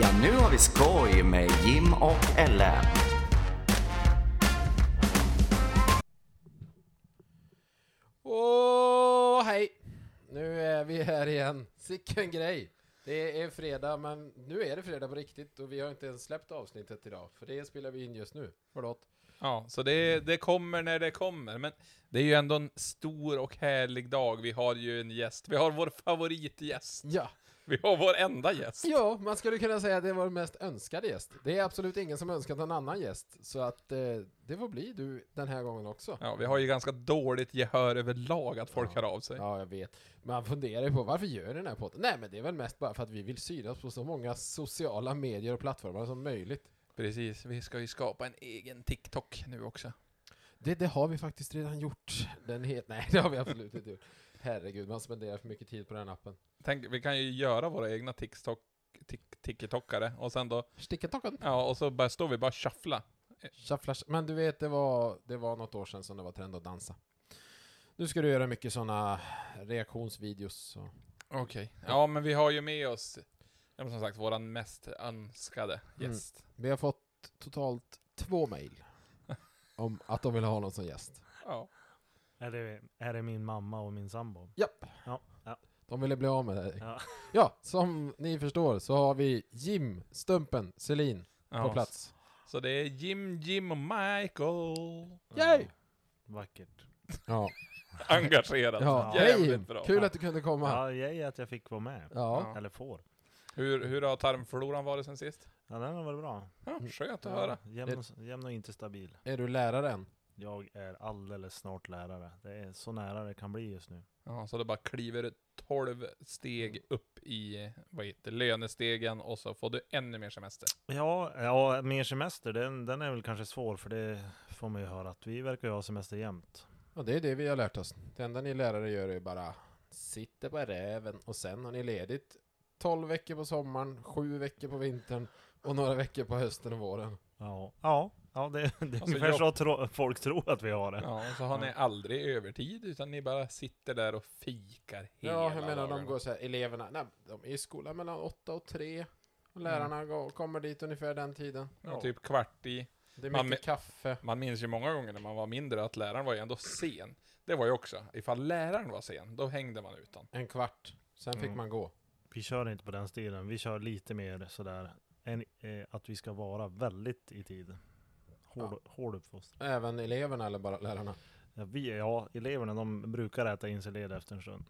Ja, nu har vi skoj med Jim och Ellen. Åh, hej! Nu är vi här igen. Sicken grej! Det är fredag, men nu är det fredag på riktigt och vi har inte ens släppt avsnittet idag, för det spelar vi in just nu. Förlåt. Ja, så det, det kommer när det kommer. Men det är ju ändå en stor och härlig dag. Vi har ju en gäst. Vi har vår favoritgäst. Ja. Vi har vår enda gäst. ja, man skulle kunna säga att det var den mest önskade gäst. Det är absolut ingen som önskat någon annan gäst, så att eh, det får bli du den här gången också. Ja, vi har ju ganska dåligt gehör överlag att folk hör av sig. Ja, jag vet. Man funderar ju på varför gör ni den här podden? Nej, men det är väl mest bara för att vi vill synas på så många sociala medier och plattformar som möjligt. Precis, vi ska ju skapa en egen TikTok nu också. Det, det har vi faktiskt redan gjort. Den het, nej, det har vi absolut inte gjort. Herregud, man spenderar för mycket tid på den här appen. Tänk, vi kan ju göra våra egna TikTok, tik, TikTokare och sen då, Sticketocken. ja, och så bara står vi bara och shuffla. Shufflash. Men du vet, det var, det var något år sedan som det var trend att dansa. Nu ska du göra mycket sådana reaktionsvideos. Så. Okej. Ja, men vi har ju med oss, ja, men som sagt, våran mest önskade Mm. gäst. Vi har fått totalt två mejl om att de vill ha någon som gäst. Ja. Är det, är det min mamma och min sambo? Japp. Ja, ja. De ville bli av med dig. Ja. Ja, som ni förstår så har vi Jim, Stumpen, Selin på Ja, plats. Så det är Jim, Jim och Michael. Yay! Vackert. Ja, Engagerat. ja. hej Jävligt Jim! bra. Kul att du kunde komma. Ja, jag är att jag fick vara med. ja. Ja. Eller får. Hur, hur har tarmfloran varit sen sist? Mm. Ja, den har varit bra. Ja, skönt att Ja. höra. Jämn och, jämn och inte stabil. Är du läraren? Jag är alldeles snart lärare. Det är så nära det kan bli just nu. Ja, så det bara kliver 12 steg upp i vad heter, det, lönestegen och så får du ännu mer semester. Ja, ja mer semester, den, den är väl kanske svår för det får man ju höra att vi verkar ju ha semester jämt. Ja, det är det vi har lärt oss. Det enda ni lärare gör är bara sitter på räven och sen har ni ledigt 12 veckor på sommaren, 7 veckor på vintern och några veckor på hösten och våren. Ja, ja, ja det, det är ungefär Alltså, jag- så tro, folk tror att vi har det. Ja, och så har ni aldrig övertid, utan ni bara sitter där och fikar hela ja, jag menar de dagarna. går så här, eleverna, nej, de är i skolan mellan 8 och 3 och lärarna Mm. går, kommer dit ungefär den tiden. Ja, typ kvart i. Det är Man mycket kaffe. Man minns ju många gånger när man var mindre att läraren var ju ändå sen. Det var ju också, ifall läraren var sen, då hängde man utan. En kvart, sen fick Mm. man gå. Vi kör inte på den stilen, vi kör lite mer sådär en, eh, att vi ska vara väldigt i tid. Hård, hård uppfostran. Även eleverna eller bara lärarna. Ja, vi, ja, eleverna de brukar äta in sig led efter en stund.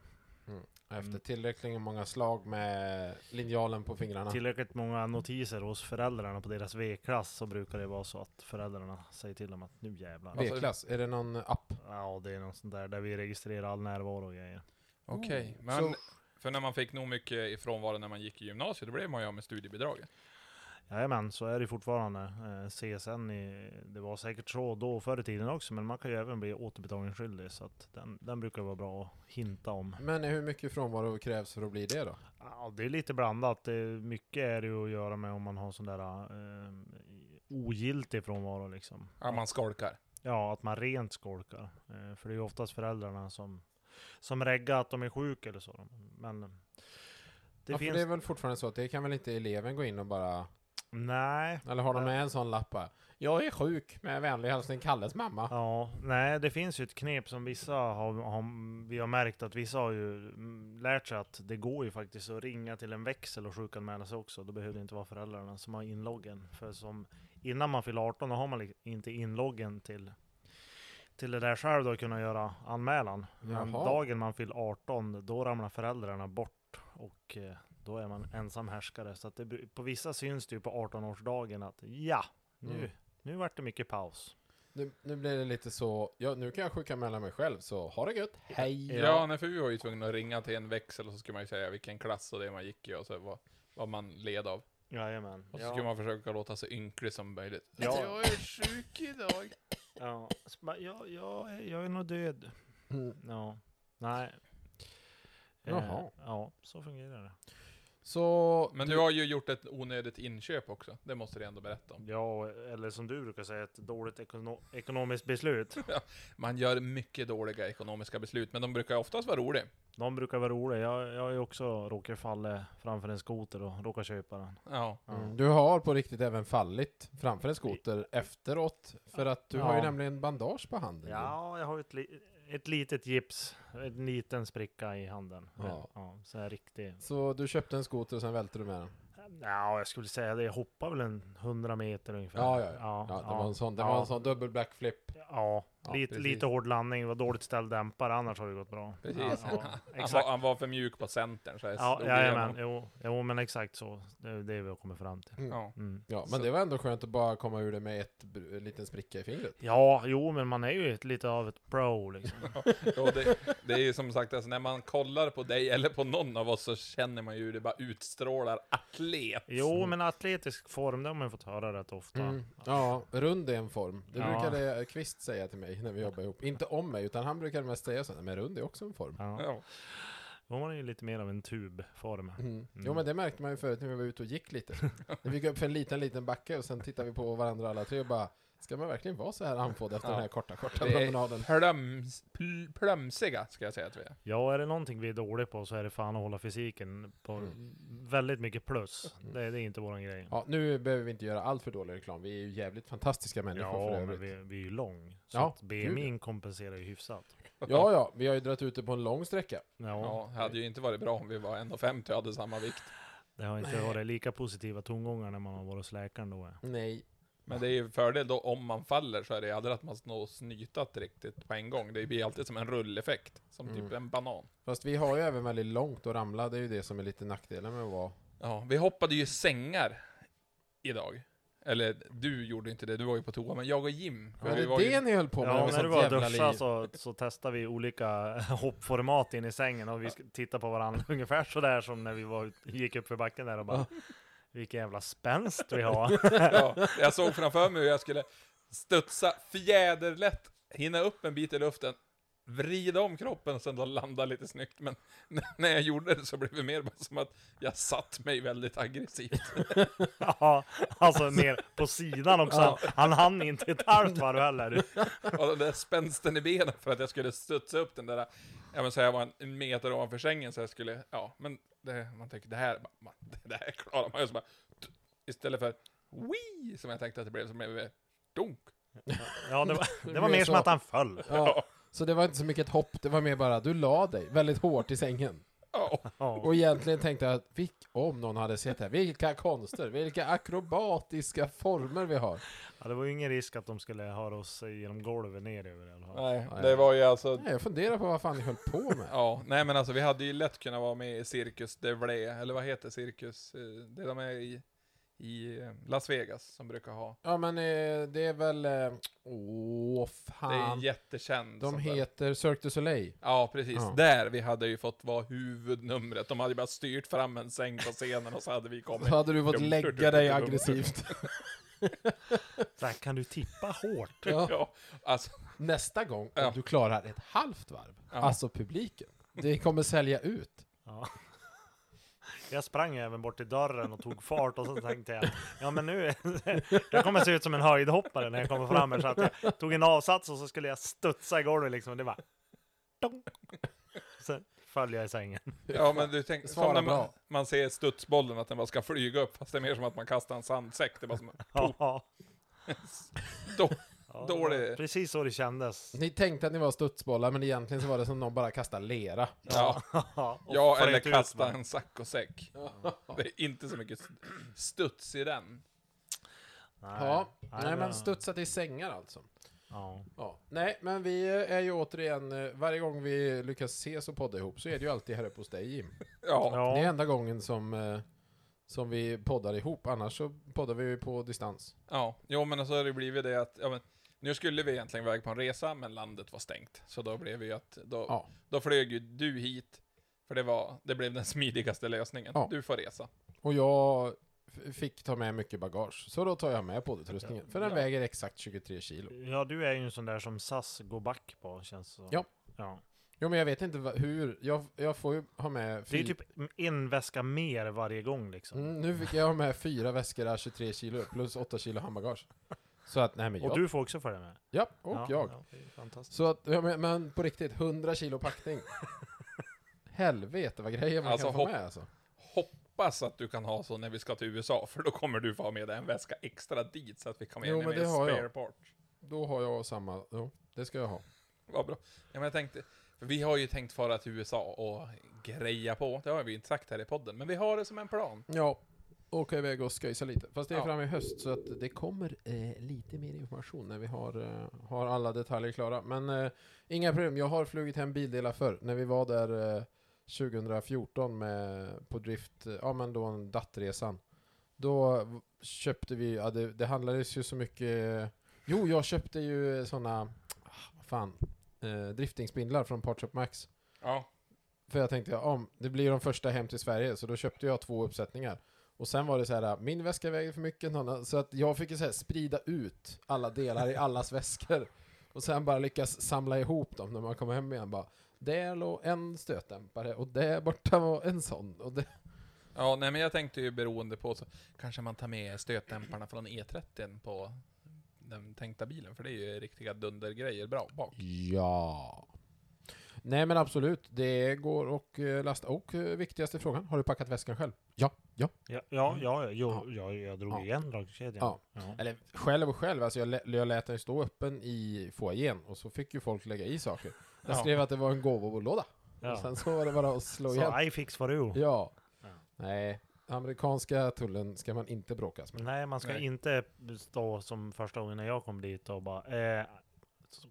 Mm. Efter tillräckligt många slag med linjalen på fingrarna. Tillräckligt många notiser hos föräldrarna på deras V-klass så brukar det vara så att föräldrarna säger till dem att nu jävlar. Alltså- V-klass, är det någon app? Ja, det är något sånt där där vi registrerar all närvaro och grejer. Okej, Mm. Oh. men... Så- För när man fick nog mycket ifrån var det när man gick i gymnasiet, då blev man ju av med studiebidraget. Jajamän, så är det fortfarande. Eh, CSN, i, det var säkert så då förr i tiden också, men man kan ju även bli återbetalningsskyldig så att den, den brukar vara bra att hinta om. Men hur mycket frånvaro krävs för att bli det då? Ja, det är lite blandat. Det är- Mycket är det ju att göra med om man har sån där eh, ogiltig frånvaro liksom. Ja, man skolkar. Ja, att man rent skolkar. Eh, för det är ju oftast föräldrarna som, som reggar att de är sjuka eller så. Men det ja, för finns... det är väl fortfarande så att det kan väl inte eleven gå in och bara... Nej. Eller har de med en sån lapp bara, Jag är sjuk, med vänlig hälsning Kalles mamma. Ja, nej, det finns ju ett knep som vissa har, har, vi har märkt att vissa har ju mm, lärt sig att det går ju faktiskt att ringa till en växel och sjukanmäla sig också. Då behöver det inte vara föräldrarna som har inloggen. För som, innan man fyller 18 då har man li- inte inloggen till, till det där själv då kunna göra anmälan. Men Jaha. dagen man fyller 18 då ramlar föräldrarna bort och eh, då är man ensam härskare. Så att det, bru- på vissa syns det ju på 18-årsdagen att ja, nu, Mm. nu vart det mycket paus. Nu, nu blir det lite så, ja, nu kan jag sjuka mellan mig själv, så ha det gött, hej! Ja, Ja. nej, för vi var ju tvungna att ringa till en växel och så skulle man ju säga vilken klass och det man gick i och så vad, vad man led av. Jajamän. Och så skulle man försöka låta så ynklig som möjligt. Ja. Alltså, Jag är sjuk idag. ja. Så bara, ja, ja, jag är nog död. Mm. Ja. Nej. Eh, Jaha. Ja, så fungerar det. Så... Men du har ju gjort ett onödigt inköp också. Det måste du ändå berätta om. Ja, eller som du brukar säga, ett dåligt ekono- ekonomiskt beslut. Man gör mycket dåliga ekonomiska beslut, men de brukar oftast vara roliga. De brukar vara roliga. Jag, jag har ju också råkat falla framför en skoter och råkat köpa den. Ja. Ja. Mm. Du har på riktigt även fallit framför en skoter efteråt, för att du har ju Ja. nämligen bandage på handen. Ja, jag har ett, li- ett litet gips, en liten spricka i handen. Ja. Ja. så här riktig. Så du köpte en skoter och sen välte du med den? Ja, jag skulle säga det. Jag hoppar väl en 100 meter ungefär. Ja, ja, ja. ja. Ja, det var en sån, det var Ja. en sån dubbel blackflip. Ja, Ja, lite, precis. lite hård landning. Var dåligt ställd dämpare, annars har det gått bra. Precis. Ja, ja, Han, exakt. var, han var för mjuk på centern så jag Ja, slog jajamän. igenom. Jo, jo, men exakt så. Det är det vi har kommit fram till. Ja. Mm. Ja, men Så- det var ändå skönt att bara komma ur det med ett, br- en liten spricka i fingret. Ja, jo, men man är ju ett, lite av ett pro liksom. Jo, det, det är ju som sagt, alltså, när man kollar på dig eller på någon av oss så känner man ju hur det bara utstrålar atlet. Jo, men atletisk form, det har man ju fått höra rätt ofta. Mm. Ja, rund är en form. Det Ja. brukade Kvist säga till mig när vi jobbade ihop. Inte om mig, utan han brukade mest säga så. här, Men rund är också en form. Ja. Ja. Då var det ju lite mer av en tubform. Mm. Jo men det märkte man ju förut när vi var ute och gick lite. När vi gick upp för en liten, liten backe och sen tittade vi på varandra alla tre och bara Ska man verkligen vara så här andfådd efter Ja. den här korta, korta Vi är promenaden? plöms, pl, plömsiga, ska jag säga att vi är. Ja, är det någonting vi är dåliga på så är det fan att hålla fysiken på väldigt mycket plus. Det, det är inte våran grej. Ja, nu behöver vi inte göra allt för dålig reklam. Vi är ju jävligt fantastiska människor för Ja, men övrigt. vi, vi är ju lång. Så Ja, att BMI kompenserar ju hyfsat. Ja, ja, vi har ju dragit ut det på en lång sträcka. Ja, Ja, det hade ju inte varit bra om vi var 1,50 och hade samma vikt. det har inte varit lika positiva tongångar när man har varit hos läkaren då. Nej. Men det är ju en fördel då om man faller så är det ju aldrig att man snår snytat riktigt på en gång. Det blir alltid som en rulleffekt. Som typ Mm. en banan. Fast vi har ju även väldigt långt att ramla. Det är ju det som är lite nackdelen med att vara... Ja, vi hoppade ju sängar idag. Eller du gjorde inte det, du var ju på toa, men jag och Jim. för Var vi det var det ju, ni höll på med? Ja, med när du sånt var och jävla duscha liv? så, så testade vi olika hoppformat in i sängen och vi sk- tittade på varandra ungefär sådär som när vi var, ut- gick upp för backen där och bara Vilken jävla spänst vi har! ja, jag såg framför mig hur jag skulle studsa fjäderlätt, hinna upp en bit i luften, vrida om kroppen och sen då landa lite snyggt. Men n- när jag gjorde det så blev det mer bara som att jag satt mig väldigt aggressivt. Ja, alltså ner på sidan också. Ja. Han hann inte ett halvt varv heller. Och den där spänsten i benen för att jag skulle studsa upp den där, ja men så jag var en- en meter ovanför sängen så jag skulle, ja men det, man tänker det här, man, det här klarar man ju. Så bara, t- Istället för wii som jag tänkte att det blev, så blev det dunk. Ja, det var, det var Det är mer som så. att han föll. Ja. Så det var inte så mycket ett hopp, det var mer bara du la dig väldigt hårt i sängen. Ja, Ja. Och egentligen tänkte jag att vilk, om någon hade sett det här, vilka konster, vilka akrobatiska former vi har. Ja, det var ju ingen risk att de skulle ha oss genom golvet ner över i alla fall. nej, det det var ju alltså Nej, jag funderar på vad fan ni höll på med. Ja, nej men alltså vi hade ju lätt kunnat vara med i Cirkus de Vlé, eller vad heter Cirkus? eh, Det de är i, i eh, Las Vegas som brukar ha. Ja men eh, det är väl, eh, åh Det är en fan. jättekänd. sån De där. heter Cirque du Soleil. Ja, precis. Ja. Där vi hade ju fått vara huvudnumret. De hade ju bara styrt fram en säng på scenen och så hade vi kommit. Så hade du fått Dum, dum, lägga dum, dig dum, dum. aggressivt. Så här, kan du tippa hårt? Ja. Ja, alltså, Nästa gång, om Ja. du klarar ett halvt varv, Ja. alltså publiken, det kommer sälja ut. Ja. Jag sprang även bort till dörren och tog fart och så tänkte jag, ja men nu, jag kommer se ut som en höjdhoppare när jag kommer fram här. Så att jag tog en avsats och så skulle jag studsa i golvet liksom, och det var dong. Sen föll jag i sängen. ja men du tänker, Svara som när man, bra. man ser studsbollen att den bara ska flyga upp, fast det är mer som att man kastar en sandsäck. Det är bara som, Ja, ja, då, det var Dålig. Precis så det kändes. Ni tänkte att ni var studsbollar, men egentligen så var det som någon bara kastade lera. ja, Ja, och ja flöt eller ut, kasta va? en saccosäck. Det är inte så mycket st- studs i den. Nej, Ja, nej det- men studsa till sängar alltså. Ja. Ja. Nej, men vi eh, är ju återigen, eh, varje gång vi lyckas ses och podda ihop så är det ju alltid här uppe hos dig Jim. Ja, Det är Ja. enda gången som, eh, som vi poddar ihop, annars så poddar vi ju på distans. ja. Jo, men så har det blivit det att, ja, men, nu skulle vi egentligen iväg på en resa, men landet var stängt. Så då blev det ju att, då, Ja. då flög ju du hit, för det var, det blev den smidigaste lösningen. Ja. Du får resa. Och jag f- fick ta med mycket bagage, så då tar jag med poddutrustningen, för den Ja. väger exakt 23 kilo. ja, du är ju en sån där som SAS går back på känns det som. Ja. ja. Jo men jag vet inte va- hur, jag, jag får ju ha med... Det är fy- typ en väska mer varje gång liksom. Mm, nu fick jag ha med fyra väskor där 23 kilo, plus 8 kilo handbagage. Så att, nej men jag... Och du får också följa med. Ja, och ja, jag. Ja, det är fantastiskt. Så att, ja, men, men på riktigt, 100 kilo packning. Helvete vad grejer man Alltså, kan få hopp- med alltså. Hoppas att du kan ha så när vi ska till USA, för då kommer du få ha med dig en väska extra dit så att vi kan med Jo, dig men med det har jag. spare part. Då har jag samma, jo, det ska jag ha. Vad bra. Ja, men jag tänkte, för vi har ju tänkt fara till USA och greja på. Det har vi inte sagt här i podden, men vi har det som en plan. Ja, åka iväg och sköjsa lite. Fast det är Ja. fram i höst så att det kommer eh, lite mer information när vi har, eh, har alla detaljer klara. Men eh, inga problem, jag har flugit hem bildelar förr. När vi var där eh, 2014 med, på drift, eh, ja men då en DAT-resan. Då v- köpte vi, ja, det, det handlades ju så mycket. Eh, jo, jag köpte ju sådana, ah, vad fan, eh, driftingspindlar från Partshop Max. Ja, För jag tänkte, ja, om det blir de första hem till Sverige, så då köpte jag två uppsättningar. Och sen var det så här, min väska väger för mycket, någon annan- så att jag fick ju så här, sprida ut alla delar i allas väskor. Och sen bara lyckas samla ihop dem när man kom hem igen. Bara, där låg en stötdämpare och där borta var en sån. Och det, ja nej, men jag tänkte ju beroende på så kanske man tar med stötdämparna från E30 på den tänkta bilen, för det är ju riktiga dundergrejer bra bak. ja. Nej men absolut, det går och eh, lasta. Och eh, viktigaste frågan, har du packat väskan själv? Ja, ja. Ja, ja, ja, Ja. jo, ja. Jag, drog Ja. igen dragkedjan. Ja. Ja. Eller själv och själv, alltså jag, lä- jag lät den stå öppen i foajén och så fick ju folk lägga i saker. Jag Ja. skrev att det var en gåvobolåda. Ja. Och sen så var det bara att slå igen. Så I fix var du. Ja. Ja. Nej, amerikanska tullen ska man inte bråkas med. Nej, man ska Nej. inte stå som första gången när jag kom dit och bara eh,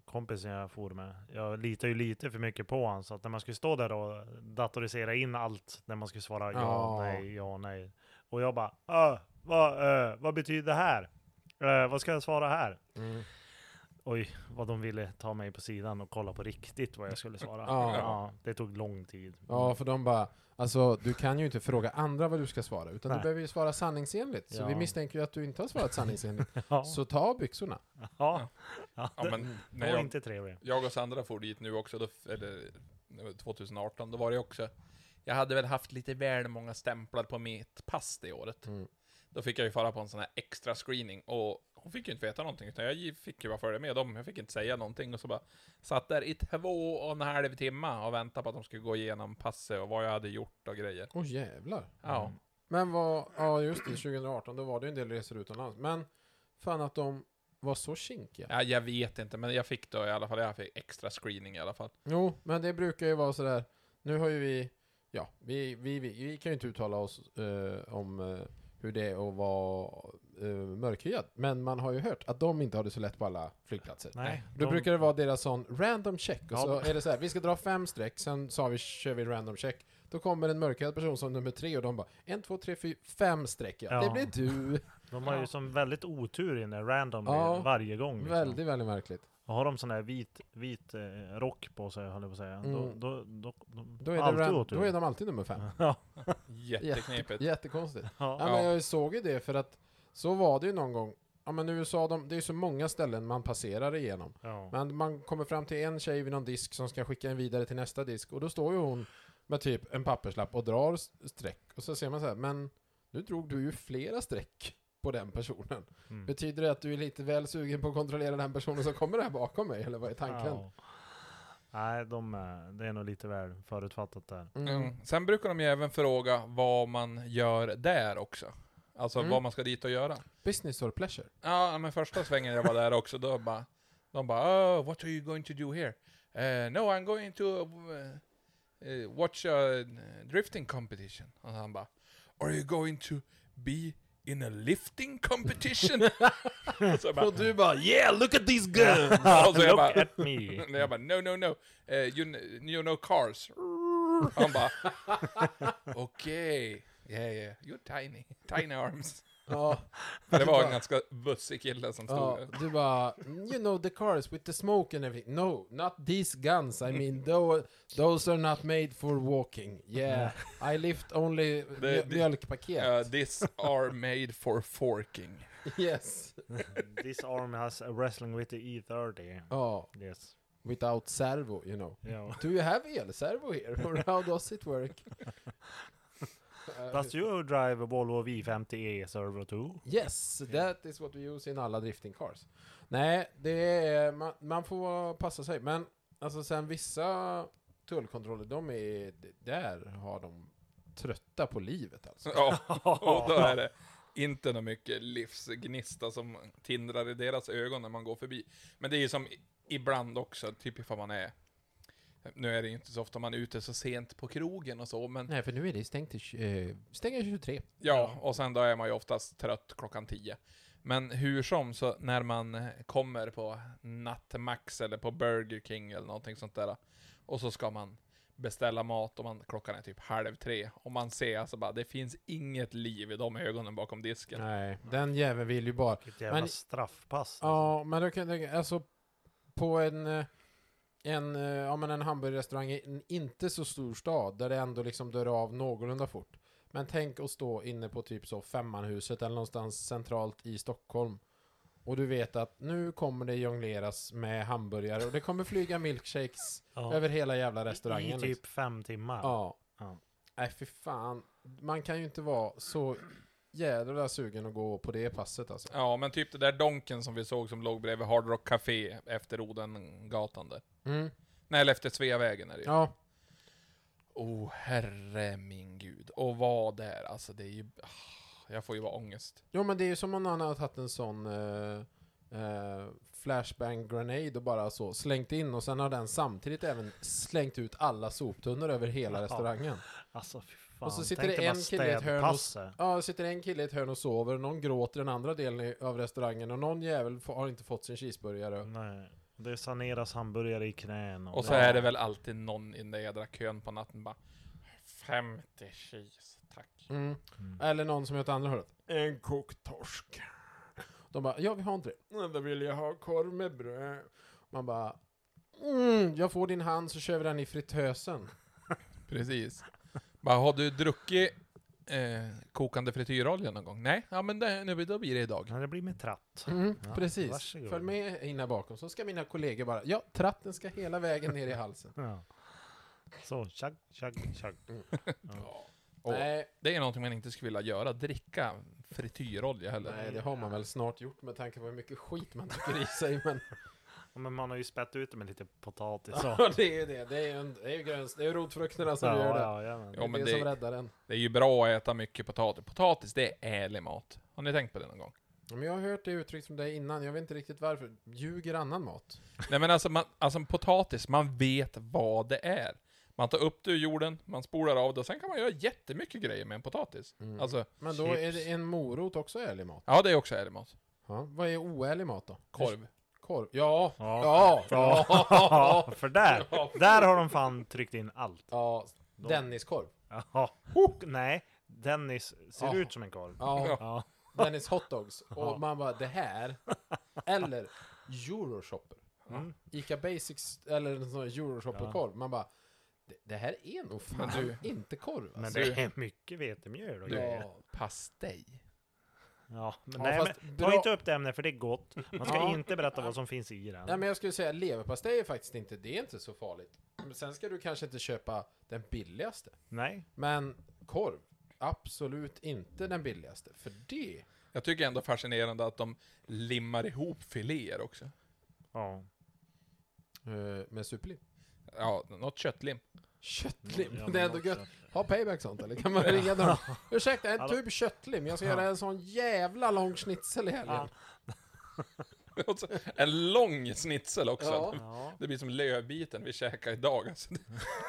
kompisen jag for med. Jag litar ju lite för mycket på han så att när man skulle stå där och datorisera in allt när man skulle svara ja, Ja. nej, ja, nej. Och jag bara, "Ö, vad, eh, vad betyder det här? Eh, vad ska jag svara här? Mm. Oj, vad de ville ta mig på sidan och kolla på riktigt vad jag skulle svara. Ja. det tog lång tid. Ja, för de bara, alltså du kan ju inte fråga andra vad du ska svara, utan du Nej. behöver ju svara sanningsenligt. Så Ja. vi misstänker ju att du inte har svarat sanningsenligt. Ja. Så ta av byxorna. ja. Ja, men Det när var jag inte trevligt. Jag och Sandra for dit nu också, då, f- eller det var 2018, då var det också. Jag hade väl haft lite väl många stämplar på mitt pass det året. Mm. Då fick jag ju fara på en sån här extra screening och hon fick ju inte veta någonting utan jag gi- fick ju bara följa med dem. Jag fick inte säga någonting och så bara satt där i två och en halv timme och väntade på att de skulle gå igenom passet och vad jag hade gjort och grejer. Åh jävlar. Ja. Men vad, ja just det, 2018, då var det ju en del resor utomlands. Men fan att de var så kinkiga. ja, jag vet inte men jag fick då i alla fall, jag fick extra screening i alla fall. Jo, men det brukar ju vara sådär. Nu har ju vi, ja, vi, vi, vi, vi kan ju inte uttala oss eh, om eh, hur det är att vara eh, mörkhyad. Men man har ju hört att de inte har det så lätt på alla flygplatser. Nej, Då de- brukar det vara deras sån random check, och Ja, så de- är det så här, vi ska dra fem streck, sen sa vi, kör vi random check. Då kommer en mörkhyad person som nummer tre och de bara, en, två, tre, fyra, fem streck ja. Ja. Det blir du. De har ju som väldigt otur i när random Ja. är varje gång. Liksom. Väldigt, väldigt märkligt. Och har de sån här vit, vit eh, rock på sig, höll jag på att säga, då, Mm. då, då, de- Då är, det alltid ran- otur. då är de alltid nummer fem. ja. Jätteknepigt. Jättekonstigt. Ja, Ja. men Ja. jag såg ju det för att så var det ju någon gång. Ja men USA, de, det är ju så många ställen man passerar igenom. Ja. Men man kommer fram till en tjej vid någon disk som ska skicka en vidare till nästa disk och då står ju hon med typ en papperslapp och drar s- streck. Och så ser man så här, men nu drog du ju flera streck på den personen. Mm. Betyder det att du är lite väl sugen på att kontrollera den personen som kommer här bakom mig, eller vad är tanken? Ja. Nej, de, är- det är nog lite väl förutfattat där. Mm. Mm. Sen brukar de ju även fråga vad man gör där också. Alltså Mm. vad man ska dit och göra. Business or pleasure? Ja, men första svängen jag var där också, då bara... De bara oh, what are you going to do here? Eh, no, I'm going to uh, eh, watch a eh, drifting competition. Och han bara, are you going to be in a lifting competition? så jag bara, Och du bara yeah, look at these guns! och så jag Look bara, at me! jag bara, no, no, no. Eh, you, kn- you know cars. Han bara, okej. Yeah, yeah. You're tiny. Tiny arms. Ja. För det var en ganska bussig kille som stod Ja, där. du bara, "Mm, you know the cars with the smoke and everything. No, not these guns. I mean, tho- those are not made for walking. Yeah, I lift only mjö- det- mjölkpaket. Uh, this are made for forking. yes. This arm has a wrestling with the E30. Ja, Yes. without servo, you know. Ja. Do you have elservo here? Or how does it work? Uh, Does you drive a Volvo V50e servo 2? Yes, that is what we use in alla drifting cars. Nej, det är, man, man får passa sig. Men alltså sen vissa tullkontroller, de är... Där har de trötta på livet alltså. Ja, och då är det inte något mycket livsgnista som tindrar i deras ögon när man går förbi. Men det är ju som i- ibland också, typ ifall man är... Nu är det ju inte så ofta man är ute så sent på krogen och så, men Nej, för nu är det stängt till... tj- Eh, stänger 23. ja, och sen då är man ju oftast trött klockan tio. Men hur som, så när man kommer på Nattmax eller på Burger King eller någonting sånt där, och så ska man beställa mat och man, klockan är typ halv tre, och man ser alltså bara, det finns inget liv i de ögonen bakom disken. Nej, den jäveln vill ju bara... Vilket jävla Men- straffpass. Ja, men då kan jag tänka- alltså på en, eh, en, eh, ja, men en hamburgerrestaurang i en inte så stor stad där det ändå liksom dör av någorlunda fort. Men tänk att stå inne på typ så Femmanhuset eller någonstans centralt i Stockholm och du vet att nu kommer det jongleras med hamburgare och det kommer flyga milkshakes Ja. över hela jävla I restaurangen. typ liksom. fem timmar. Ja. Ja. Nej, fy fan. Man kan ju inte vara så jävla sugen att gå på det passet alltså. Ja, men typ det där donken som vi såg som låg bredvid Hard Rock Café efter Odengatan där. Mm. Nej, eller efter Sveavägen är det ju. Ja. Oh, herre min gud. Och vad där, alltså det är ju... ah, Jag får ju vara ångest. Jo men det är ju som om någon har tagit en sån eh, eh, flashbang grenade och bara så slängt in och sen har den samtidigt även slängt ut alla soptunnor över hela Ja. restaurangen. Alltså fy fan. Och så sitter Tänk det dig bara en kille i ett hörn och- städpasset. Ja, det sitter en kille i ett hörn och sover, någon gråter i den andra delen i- av restaurangen och någon jävel får- har inte fått sin cheeseburgare. Nej. Det saneras hamburgare i knän. Och så är det väl alltid någon i den där jädra kön på natten bara... 50 cheese, tack. Mm. Mm. Eller någon som är åt andra hållet. En kokt torsk. De bara, ja vi har inte det. "Nej, Då vill jag ha korv med bröd. Man bara, mm, jag får din hand så kör vi den i fritösen. Precis. Bara, har du druckit eh, kokande frityrolja någon gång? Nej, ja men det, nu, då blir det idag. Nej, det blir med tratt. Mm, Ja, precis. varsågod. Följ med in här bakom så ska mina kollegor bara, ja, tratten ska hela vägen ner i halsen. Ja. Så, tjag, tjag, tjag. Ja. Och Nej, det är någonting man inte skulle vilja göra, dricka frityrolja heller. nej, det har man väl snart gjort med tanke på hur mycket skit man tycker i sig. Men Ja, Men man har ju spätt ut det med lite potatis. ja, det är ju det. Det är ju, en, det är ju gröns, det är ju rotfrukterna som gör det. ja, ja, men. Det är Ja, men det, det- som räddar en. Det är ju bra att äta mycket potatis. Potatis, det är ärlig mat. Har ni tänkt på det någon gång? Ja, Men jag har hört det uttryckt från dig innan, jag vet inte riktigt varför. Ljuger annan mat? Nej men alltså, man, alltså en potatis, man vet vad det är. Man tar upp det ur jorden, man spolar av det och sen kan man göra jättemycket grejer med en potatis. Mm. Alltså, men då är det chips. en morot också ärlig mat? ja det är också ärlig mat. Ja. Vad är oärlig mat då? Korv. Korv? Ja! Ja! Ja. Ja, för där, där har de fan tryckt in allt. ja. Denniskorv? Ja. Nej, Dennis ser Ja. ut som en korv. Ja. Ja. Dennis hotdogs och man bara det här eller Euroshopper. Mm. Ica Basics eller en sån här Euroshopper-korv. Man bara det, det här är nog fan inte korv Men alltså. det är mycket vetemjöl och grejer. ja. Pastej. Ja, men Ja, nej, fast men, bra- ta inte upp det ämnet för det är gott. Man ska Ja. inte berätta vad som finns i den. Nej men jag skulle säga leverpastej är faktiskt inte, det är inte så farligt. Men sen ska du kanske inte köpa den billigaste. Nej. Men korv, absolut inte den billigaste. För det, Jag tycker ändå fascinerande att de limmar ihop filéer också. Ja. eh, med superlim. Ja, något köttlim. Köttlim, Mm, Ja, det är men ändå också- gött. Har Payback sånt eller? Kan man ringa dem? Ursäkta, en Hallå? tub köttlim. Jag ska göra en sån jävla lång schnitzel i helgen. Ja. Och så en lång snitsel också. Ja. Ja. Det blir som lövbiten vi käkade idag. Alltså,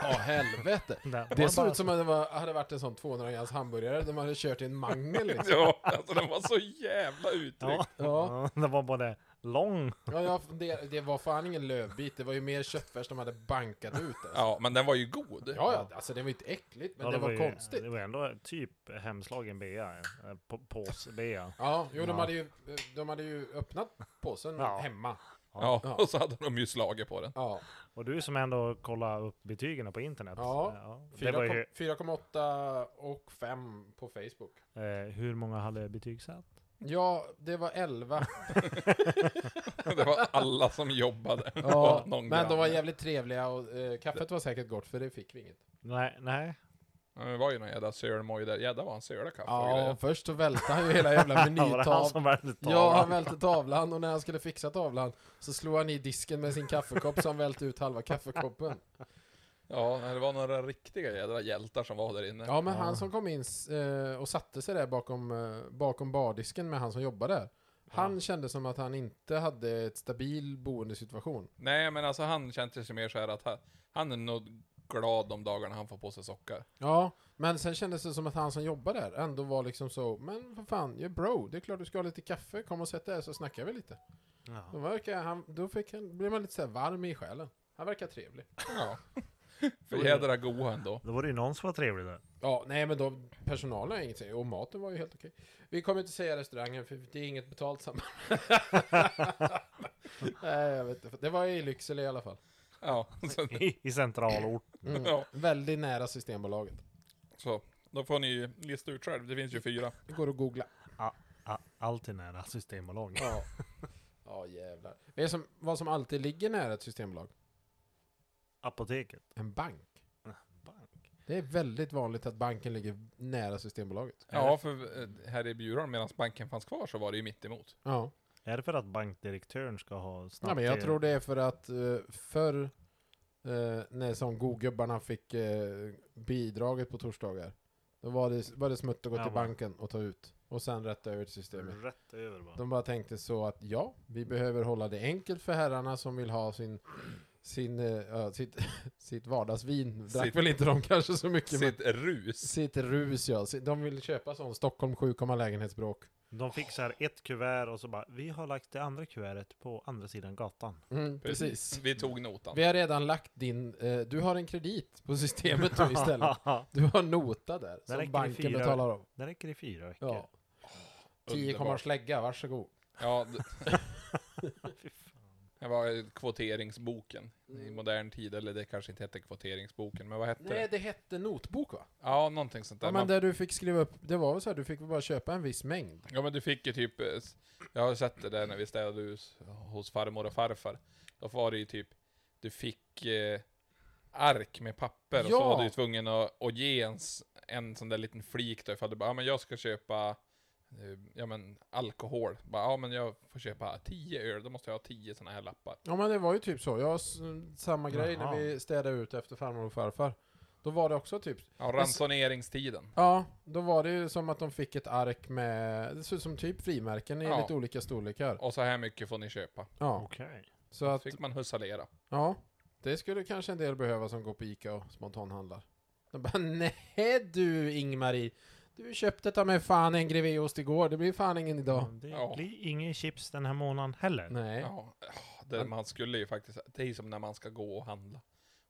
Ja, helvete. Där. Det Man såg bara- ut som att det var, hade varit en sån 200 grams hamburgare. De hade kört i en mangel liksom. ja, alltså den var så jävla uttryckt. Ja. Ja. ja. Det var både lång... Ja, jag, det, det var fan ingen lövbit. Det var ju mer köttfärs de hade bankat ut. Alltså. Ja. Ja, men den var ju god. ja, alltså det var ju inte äckligt, men Ja, det, var, ju- konstigt. Det var ändå typ hemslagen bea. eh, på- Pås-bea. Ja, jo, de Ja. hade ju, de hade ju öppnat påsen Ja. hemma. Ja, Ja. och så hade de ju slagit på den. Ja, Och du som ändå kollar upp betygen på internet. Eh, Ja. Det var ju, 4,8 och 5 på Facebook. eh, hur många hade betygsatt? Ja, det var 11. Det var alla som jobbade. Ja, Och någon men de var granne. jävligt trevliga och eh, kaffet var säkert gott för det fick vi inget. Nej, nej. Men det var ju någon jävla sölmoj där. Jädrar vad han sölade kaffe och Ja, grejer. och först så välte han ju hela jävla var det han menytavlan. som välte Ja, han tavlan? välte tavlan och när han skulle fixa tavlan så slog han i disken med sin kaffekopp så han välte ut halva kaffekoppen. Ja, nej, det var några riktiga jädra hjältar som var där inne. Ja, men Ja. han som kom in s- eh, och satte sig där bakom, eh, bakom bardisken med han som jobbar där. Han kände som att han inte hade ett stabil boendesituation. Nej, men alltså han kände sig mer så här att han, han är nog glad de dagarna han får på sig sockar. Ja, men sen kändes det som att han som jobbar där ändå var liksom så, men vad fan, jag är bro, det är klart du ska ha lite kaffe, kom och sätt dig här så snackar vi lite. Då, Ja. verkar han, då fick han, blev man lite så här varm i själen. Han verkar trevlig. Ja. För jädra goa ändå. Då var det ju någon som var trevlig där. Ja, nej men då, personalen har inget att säga, och maten var ju helt okej. Vi kommer inte säga restaurangen, för det är inget betalt samman. nej, jag vet inte. Det var i Lycksele i alla fall. Ja, så, I, i centralort. Mm. Ja. Väldigt nära Systembolaget. så. Då får ni ju lista ut själv, det finns ju fyra. Det går att googla. A- Alltid nära Systembolaget. Ja. Ja jävlar. Det är som, vad som alltid ligger nära ett systembolag? Apoteket. En bank. Bank. Det är väldigt vanligt att banken ligger nära Systembolaget. Ja, för eh, här i Bjurholm, medan banken fanns kvar, så var det ju mitt emot. Ja. Är det för att bankdirektören ska ha snabbt ja men jag i- tror det är för att uh, förr, eh, när som godgubbarna fick eh, bidraget på torsdagar, då var det, var det smutt att gå Ja, till va. Mm. banken och ta ut. Och sen rätta över till systemet. Rätt över bara. De bara tänkte så att ja, vi behöver hålla det enkelt för herrarna som vill ha sin, sin, eh, ja, sitt, sitt vardagsvin. Drack Sitt- väl inte de kanske så mycket. men- Sitt rus. Sitt rus ja, Sitt- de vill köpa sån Stockholm 7, lägenhetsbråk. De fixar ett kuvert och så bara, vi har lagt det andra kuvertet på andra sidan gatan. Mm, precis. Vi tog notan. Vi har redan lagt din, eh, du har en kredit på systemet då istället. Du har nota där, räcker det som banken fyra. betalar om. det räcker i fyra veckor. Ja. 10 kommer Underbart. att slägga, varsågod. Ja, d- det var ju kvoteringsboken i modern tid, eller det kanske inte hette kvoteringsboken, men vad hette Mm. Nej, det? det hette notbok va? Ja, någonting sånt där. Ja, men där du fick skriva upp, det var väl så här, du fick väl bara köpa en viss mängd. Ja men du fick ju typ, eh, s- jag har sett det där när vi städade hus hos farmor och farfar. Då var det ju typ, du fick eh, ark med papper och så Ja. var du ju tvungen att, att ge en, s- en sån där liten flik då ifall du bara, ja men jag ska köpa eh, Ja men alkohol, bara, ja men jag får köpa 10 öl, då måste jag ha 10 såna här lappar. Ja men det var ju typ så, jag s- samma grej Jaha. när vi städade ut efter farmor och farfar. Då var det också typ, Ja, ransoneringstiden. ja, då var det ju som att de fick ett ark med, det såg ut som typ frimärken i Ja. lite olika storlekar. Och så här mycket får ni köpa. Ja, Okej. så att, Fick man husalera. ja, det skulle kanske en del behöva som går på Ica och spontanhandlar. De bara, nej du Ingmarie, du köpte ta mig fan en grevéost igår, det blir fan ingen idag. Men Det Ja. blir inga chips den här månaden heller. Nej. Mm. Ja, ah, det, man skulle ju faktiskt, det är som när man ska gå och handla.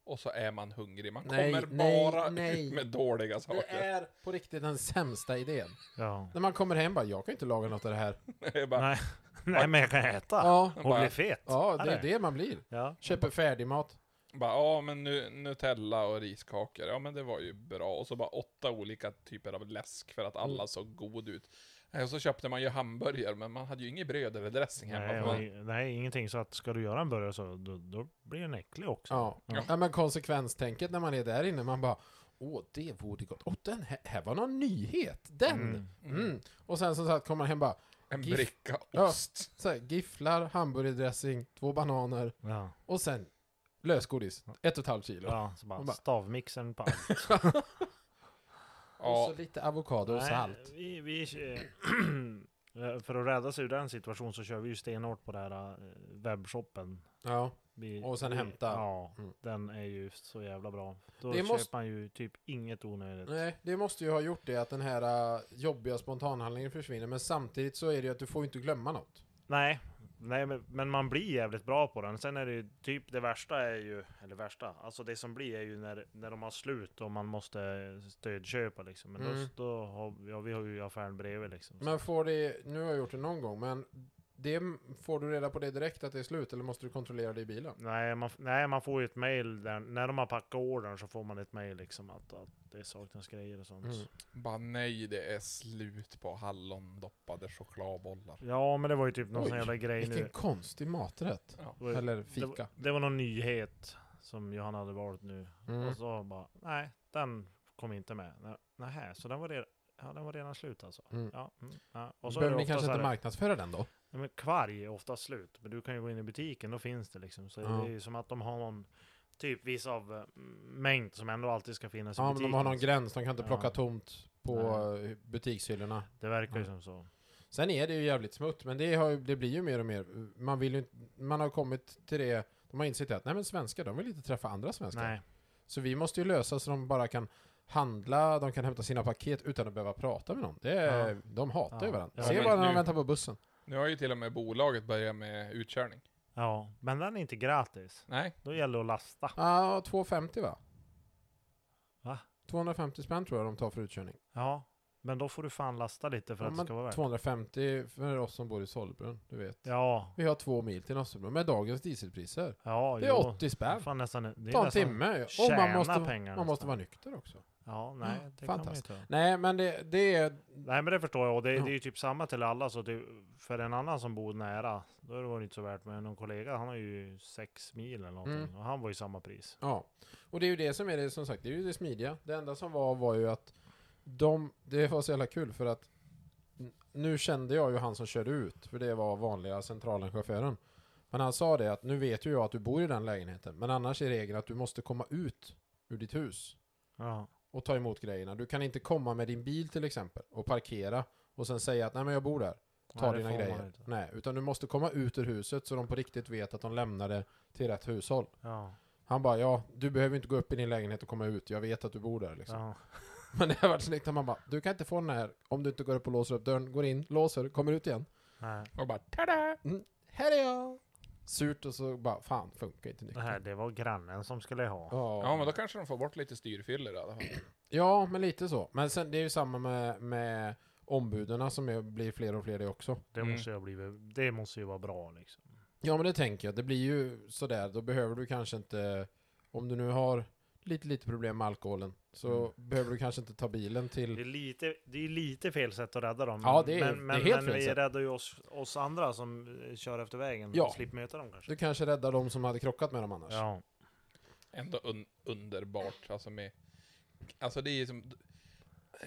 Och så är man hungrig, man Nej, kommer nej, bara nej. ut med dåliga Det saker. är på riktigt den sämsta idén. Ja. När man kommer hem bara, jag kan inte laga något av det här. Det är bara, Nej. Nej men jag kan äta. Ja, Och Bara- bli fet. ja det Eller? är det man blir. Ja. Köper färdigmat. bara, ja men nu, Nutella och riskakor, ja men det var ju bra. Och så bara åtta olika typer av läsk för att Mm. alla såg god ut. Eh, Och så köpte man ju hamburgare, men man hade ju inget bröd eller dressing hemma. Nej, för man, och, nej, ingenting så att ska du göra en burgare så då, då blir den äcklig också. Ja. Typ. Ja. ja, men konsekvenstänket när man är där inne, man bara Åh, det vore gott. Åh, den här, här var någon nyhet. Den! Mm. Mm. Och sen som sagt kommer man hem bara, en Gift. bricka Ja. ost. så här, gifflar, hamburgardressing, två bananer Ja. och sen lösgodis, ett och ett halvt kilo. Ja, så bara Och bara- stavmixen på allt. Och Ja, så lite avokado och Nej, salt. Vi, vi, eh, för att rädda sig ur den situationen så kör vi ju stenhårt på den här eh, webbshoppen. Ja. Vi, Och sen vi, hämta. Ja, Mm. den är ju så jävla bra. Då Det köper måste- man ju typ inget onödigt. Nej, det måste ju ha gjort det att den här äh, jobbiga spontanhandlingen försvinner, men samtidigt så är det ju att du får ju inte glömma något. Nej, nej men, men man blir jävligt bra på den. Sen är det ju typ det värsta är ju, eller värsta, alltså det som blir är ju när, när de har slut och man måste stödköpa liksom. Men Mm. då, då har, ja, vi har ju affären bredvid liksom. Så. Men får det, nu har jag gjort det någon gång, men det, får du reda på det direkt att det är slut, eller måste du kontrollera det i bilen? Nej man, nej, man får ju ett mail där, när de har packat ordern så får man ett mail liksom att, att det saknas grejer och sånt. Mm. bara nej, det är slut på hallondoppade chokladbollar. Ja, men det var ju typ någon Oj, sån jävla grej Vilken nu. konstig maträtt. Ja. Det var ju- Eller det var- fika. Det var någon nyhet som Johanna hade valt nu. Mm. Och så bara, nej, den kom inte med. Nä- Nähä, så den var redan, ja, den var redan slut alltså. Mm. Ja, mm, ja. Och så är Behöver det ni ofta kanske så inte här, marknadsföra den då? nej, men kvarg är ofta slut, men du kan ju gå in i butiken, då finns det liksom. Så Ja. det är ju som att de har någon Typ vis av eh, mängd som ändå alltid ska finnas i Ja, men butiken. de har någon gräns, de kan inte Ja. plocka tomt på eh, butikshyllorna. Det verkar ju Ja. som så. Sen är det ju jävligt smutt, men det, har, ju- det blir ju mer och mer. Man, vill ju, inte- man har kommit till det, de har insett att nej men svenskar, de vill inte träffa andra svenskar. Nej. Så vi måste ju lösa så de bara kan handla, de kan hämta sina paket utan att behöva prata med någon. Det är, Ja. De hatar ju Ja. varandra. Ja, Se men bara när de nu- väntar på bussen. Nu har ju till och med bolaget börjat med utkörning. Ja, men den är inte gratis. Nej, Då gäller det att lasta. Ja, 250 va? Va? 250 spänn tror jag de tar för utkörning. Ja, men då får du fan lasta lite för Ja, att det men ska vara värt. 250 för oss som bor i Sollebrunn, du vet. Ja, Vi har två mil till Österbro med dagens dieselpriser. ja, Det jo. är 80 spänn. Fan, nästan, det är Ta en nästan- timme. Och tjäna man måste, pengar man måste nästan. vara nykter också. Ja, nej, Ja, det kan man ju fantastiskt. inte. Nej, men det, det är... Nej men det förstår jag, och det, Ja. det är ju typ samma till alla. Så det, för en annan som bor nära, då är det varit inte så värt. Men någon kollega, han har ju sex mil eller någonting. Mm. Och han var ju samma pris. Ja. Och det är ju det som är det, som sagt, det är ju det smidiga. Det enda som var var ju att de... Det var så jävla kul för att n- nu kände jag ju han som körde ut, för det var vanliga Centralen-chauffören. Men han sa det att nu vet ju jag att du bor i den lägenheten, men annars är regeln att du måste komma ut ur ditt hus Ja, och ta emot grejerna. Du kan inte komma med din bil till exempel och parkera och sen säga att nej men jag bor där. ta Nej, det dina får man grejer. inte. Nej, utan du måste komma ut ur huset så de på riktigt vet att de lämnade till rätt hushåll. Ja, Han bara, ja, du behöver inte gå upp i din lägenhet och komma ut, jag vet att du bor där liksom. ja. Men det har varit snyggt när man bara, du kan inte få den här om du inte går upp och låser upp dörren, går in, låser, kommer ut igen. Nej. och bara tada! Här är jag! Surt och så bara, fan, funkar inte Det nyckeln. här, det var grannen som skulle ha. Ja. Ja, men då kanske de får bort lite styrfyller i alla fall. ja, men lite så. Men sen, det är ju samma med, med ombuderna som är, blir fler och fler det också. Det Mm. måste ju, ha blivit, det måste ju vara bra liksom. Ja men det tänker jag, det blir ju sådär, då behöver du kanske inte, om du nu har lite lite problem med alkoholen, så Mm. behöver du kanske inte ta bilen Det är till... lite, det är lite fel sätt att rädda dem. Mm. Ja, det är- men, det är men, helt men fel vi sätt. räddar ju oss, oss andra som eh, kör efter vägen. Ja. Ja. Slipper möta dem kanske. Du kanske räddar de som hade krockat med dem annars. Ja. Ändå un underbart. Alltså, med, alltså det är ju som...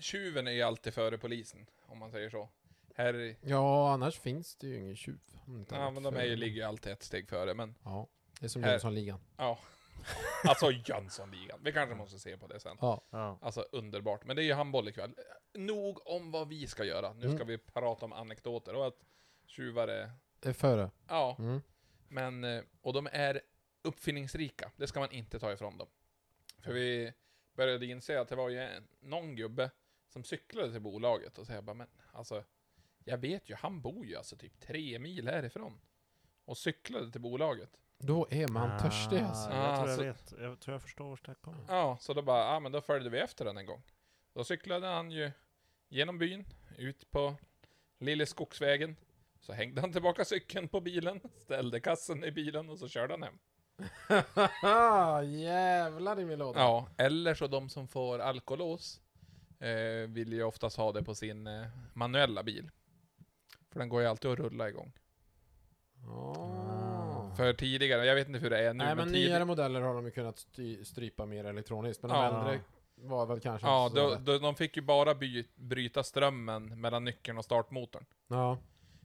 Tjuven är ju alltid före polisen, om man säger så. Här, i- Ja, annars finns det ju ingen tjuv. om inte ja, annat men de för- är ju, ligger ju alltid ett steg före, men Ja, det är som Här. Jönssonligan. ja. Alltså Jönssonligan. Vi kanske måste se på det sen. Ja. Ja. Alltså underbart. Men det är ju handboll ikväll. Nog om vad vi ska göra. Nu ska Mm. vi prata om anekdoter och att tjuvar är... Det är före. Ja, Mm. men... eh, Och de är uppfinningsrika. Det ska man inte ta ifrån dem. För vi började inse att det var ju en- någon gubbe som cyklade till bolaget och så jag bara, men alltså... Jag vet ju, han bor ju alltså typ tre mil härifrån. Och cyklade till bolaget. Då är man törstig alltså. Jag, Ah, tror jag, så- vet. jag tror jag förstår vart det här kommer. Ja, så då bara, ja men då följde vi efter den en gång. Då cyklade han ju genom byn, ut på Lille skogsvägen. Så hängde han tillbaka cykeln på bilen, ställde kassen i bilen och så körde han hem. Ah, Jävlar i min låda. Ja, eller så de som får alkolås eh, vill ju oftast ha det på sin eh, manuella bil. För den går ju alltid att rulla igång. Ah. För tidigare, jag vet inte hur det är nu, Nej men, men tidigare... nyare modeller har de ju kunnat sty- strypa mer elektroniskt, men de Ja. äldre var väl kanske Ja, inte så då, lätt. då, de fick ju bara by, bryta strömmen mellan nyckeln och startmotorn. Ja.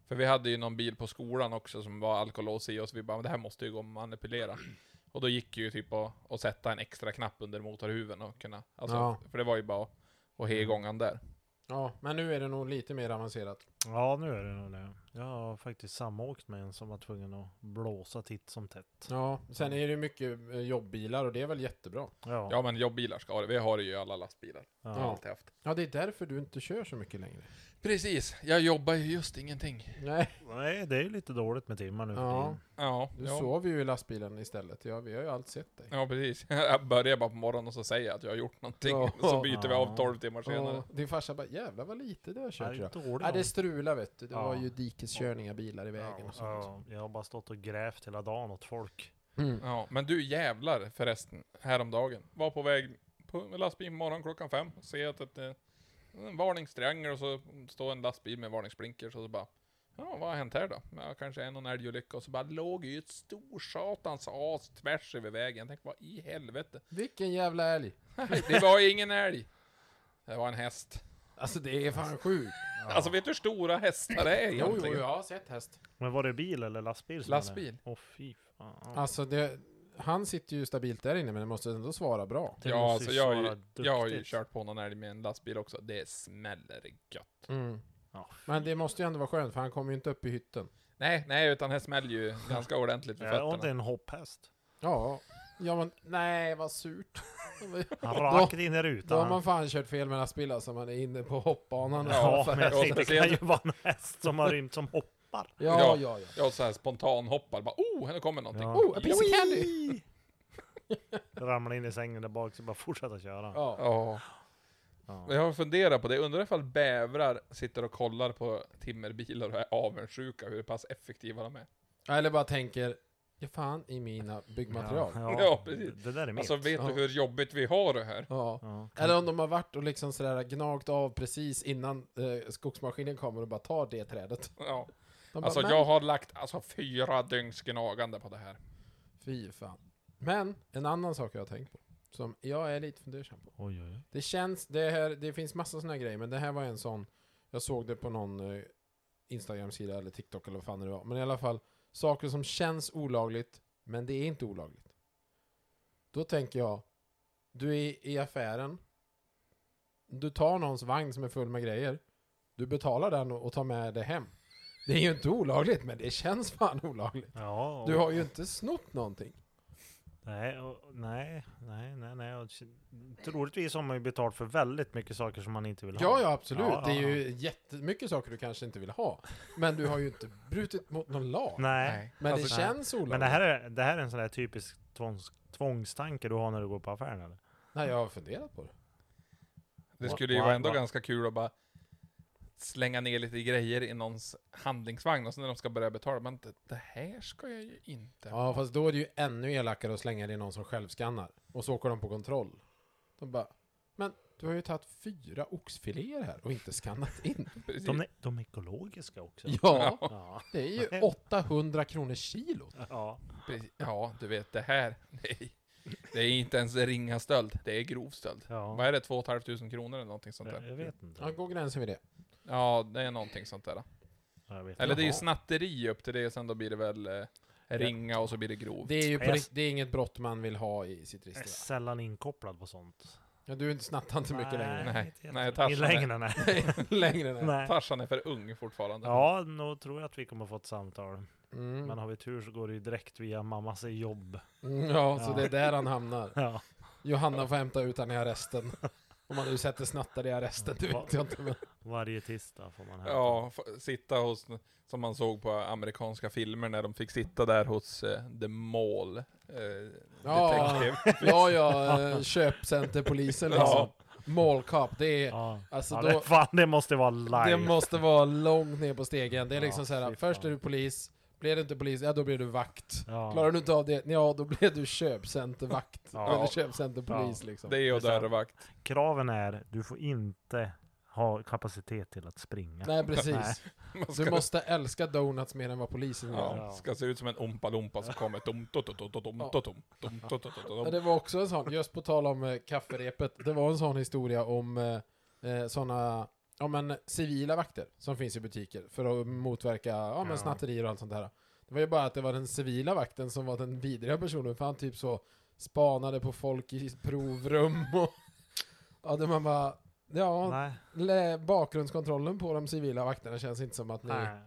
För vi hade ju någon bil på skolan också som var alkolås i och så vi bara, "Men det här måste ju gå att manipulera. Och då gick ju typ att, att sätta en extra knapp under motorhuven och kunna, alltså, Ja. Mm. för det var ju bara att- att he igång han där. Ja, men nu är det nog lite mer avancerat. Ja, nu är det nog det. Jag har faktiskt samåkt med en som var tvungen att blåsa titt som tätt. Ja, sen är det ju mycket eh, jobbbilar och det är väl jättebra. Ja, Ja men jobbbilar ska ha det, vi har det ju i alla lastbilar. ja. Har alltid haft. Ja, det är därför du inte kör så mycket längre. Precis, jag jobbar ju just ingenting. Nej, Nej, det är ju lite dåligt med timmar nu för Ja. tiden. Ja, du ja. sover ju i lastbilen istället. Ja, vi har ju allt sett dig. ja precis. Jag börjar bara på morgonen och så säger jag att jag har gjort någonting, Ja. och så byter vi Ja. av 12 timmar senare. Och din farsa bara, jävlar vad lite du har Ja, kört idag. dåligt. Ja, det strular vet du. Det Ja. var ju dikeskörningar, bilar i vägen ja, och sånt. ja, jag har bara stått och grävt hela dagen åt folk. Mm. Ja, men du jävlar förresten, häromdagen. Var på väg på med lastbil på morgonen klockan fem, ser att ett, eh, en varningstriangel och så står en lastbil med varningsblinkers och så bara Ja, vad har hänt här då? Ja, kanske en någon älgolycka och så bara låg ju ett stor satans as tvärs över vägen. Jag tänkte, vad i helvete? Vilken jävla älg! Nej, det var ju ingen älg. Det var en häst. Alltså det är fan sjukt. Alltså vet du hur stora hästar det är Jo, jo, egentligen? jag har sett häst. Men var det bil eller lastbil? som Lastbil. hade- Åh fy fan. Alltså det, han sitter ju stabilt där inne men han måste ändå svara bra. Det Ja, måste alltså ju jag har ju- svara Jag har ju duktigt. kört på någon älg med en lastbil också. Det smäller gött. Ja. Men det måste ju ändå vara skönt för han kommer ju inte upp i hytten. Nej, nej, utan här smäller ju ganska ordentligt för Jag har inte fötterna. en hopphäst. Ja, ja men nej vad surt. Han rakt in i Då har rutan. man fan kört fel med lastbilar som man är inne på hoppbanan. Ja, men jag och tänkte, det kan ju speciellt- vara en häst som har rymt som hoppar. ja, ja, ja. Jag så här spontanhoppar, bara oh, nu kommer någonting. Ja. Oh, a piece of candy! Ramla in i sängen där bak, så bara fortsätta köra. Ja. Ja. Ja. Jag har funderat på det, undrar ifall bävrar sitter och kollar på timmerbilar och är avundsjuka hur pass effektiva de är. Eller bara tänker, ja fan i mina byggmaterial. Ja. Ja, precis. Det där är mitt. Alltså vet Ja. du hur jobbigt vi har det här? ja. Eller om de har varit och liksom sådär gnagt av precis innan eh, skogsmaskinen kommer och bara tar det trädet. Ja. De Alltså bara, jag har lagt alltså, fyra dygns gnagande på det här. Fy fan. Men en annan sak jag har tänkt på, som jag är lite fundersam på. Oj, oj, oj. Det känns, det, här, det finns massa såna här grejer, men det här var en sån, jag såg det på någon eh, Instagram-sida eller TikTok eller vad fan det var, men i alla fall saker som känns olagligt, men det är inte olagligt. Då tänker jag, du är i affären, du tar någons vagn som är full med grejer, du betalar den och och tar med det hem. Det är ju inte olagligt, men det känns fan olagligt. Ja, och, Du har ju inte snott någonting. nej, och, nej, nej, nej, nej. Och, troligtvis har man ju betalt för väldigt mycket saker som man inte vill ha. Ja, ja, absolut. Ja, det är ja, ju jättemycket saker du kanske inte vill ha. Men du har ju inte brutit mot någon lag. Nej. Men Alltså, det nej. känns olagligt. Men det här, är, det här är en sån där typisk tvångs, tvångstanke du har när du går på affären eller? Nej, jag har funderat på det. Det skulle ju Wow, vara ändå wow. ganska kul att bara slänga ner lite grejer i någons handlingsvagn och sen när de ska börja betala, men det, det här ska jag ju inte. Ja, fast då är det ju ännu elakare att slänga det i någon som självskannar. Och så åker de på kontroll. De bara, men du har ju tagit fyra oxfiléer här och inte skannat in. Precis. De är, de är ekologiska också. Ja, Ja. det är ju 800 kronor kilot. ja. Precis. Ja, du vet det här. Det är, det är inte ens ringa stöld, det är grov stöld. Ja. Vad är det, 2 500 kronor eller någonting sånt Jag, där? jag vet inte. Ja, går gränsen vid det. Ja, det är någonting sånt där. Jag vet Eller det är ju Jaha. snatteri upp till det, sen då blir det väl eh, ringa och så blir det grov. Det är ju på, Jag- rikt- det är inget brott man vill ha i sitt Jag är register. va? sällan inkopplad på sånt. Ja, du snattar inte mycket längre. Nej, inte nej, jätte- Tarzan I är- längden, nej. längre nej. nej. Tarzan är för ung fortfarande. Ja, nog tror jag att vi kommer få ett samtal. Mm. Men har vi tur så går det ju direkt via mammas jobb. Mm, ja, så Ja. det är där han hamnar. Ja. Johanna får hämta ut han i arresten. Om man nu sätter snattar i arresten, det vet jag inte. Men... Varje tisdag får man hämta. Ja, f- sitta hos, som man såg på amerikanska filmer när de fick sitta där hos eh, The Mall. Eh, Ja. detective. Ja, ja, eh, köpcenterpolisen liksom. Ja. Mall cop, det är... Ja. Alltså ja, då- det, fan, det måste vara live. Det måste vara långt ner på stegen. Det är Ja, liksom så här, fy först är fan. du polis, blir du inte polis, ja då blir du vakt. Ja. Klarar du inte av det, ja då blir du köpcentervakt. Ja. Eller köpcenterpolis liksom. Det är ju Det är sant. dörrvakt. Kraven är, du får inte ha kapacitet till att springa. Nej, precis. Man ska, Du måste älska donuts mer än vad polisen gör. ja, ska se ut som en ompa-lompa som kommer tom tom tom tom tom tom tom tom tom tom Ja, tom det var också en sån, just på tal om eh, kafferepet, det var en sån historia om eh, eh, såna, ja men civila vakter som finns i butiker för att motverka, ja men Ja. snatterier och allt sånt där. Det var ju bara att det var den civila vakten som var den vidriga personen, för han typ så spanade på folk i provrum och... Ja, det man bara, ja, Nej. lä- bakgrundskontrollen på de civila vakterna känns inte som att ni... Nej.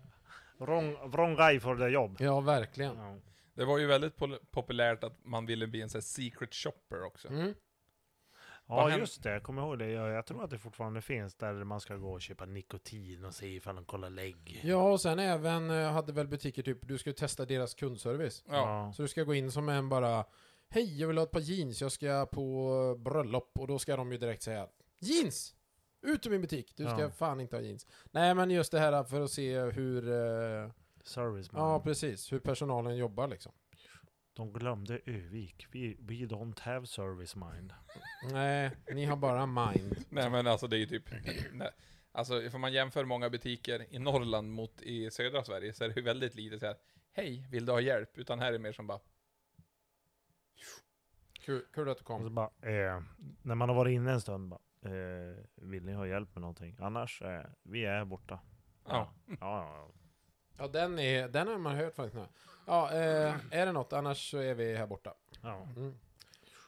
Wrong, wrong guy for the job. Ja, verkligen. Ja. Det var ju väldigt pol- populärt att man ville bli en sån här secret shopper också. Mm. Vad Ja händer- just det, jag kommer ihåg det. Jag, jag tror att det fortfarande finns där man ska gå och köpa nikotin och se ifall de kollar lägg. Ja, och sen även eh, hade väl butiker typ, du skulle testa deras kundservice. Ja. Så du ska gå in som en bara Hej, jag vill ha ett par jeans, jag ska på eh, bröllop och då ska de ju direkt säga Jeans! Ut ur min butik, du ska Ja. fan inte ha jeans. Nej men just det här för att se hur, eh, Service man. ja precis, hur personalen jobbar liksom. De glömde Övik. We, we don't have service mind. Nej, ni har bara mind. Nej men alltså det är ju typ... Nej. Alltså ifall man jämför många butiker i Norrland mot i södra Sverige så är det ju väldigt lite så här. Hej, vill du ha hjälp? Utan här är det mer som bara... Kul, kul att du Och så kom. bara, eh, när man har varit inne en stund bara, eh, vill ni ha hjälp med någonting? Annars, eh, vi är borta. Ja. Ja, ja, Ja den, är, den har man hört faktiskt nu. Ja, eh, är det något annars så är vi här borta. ja. Ja. Mm.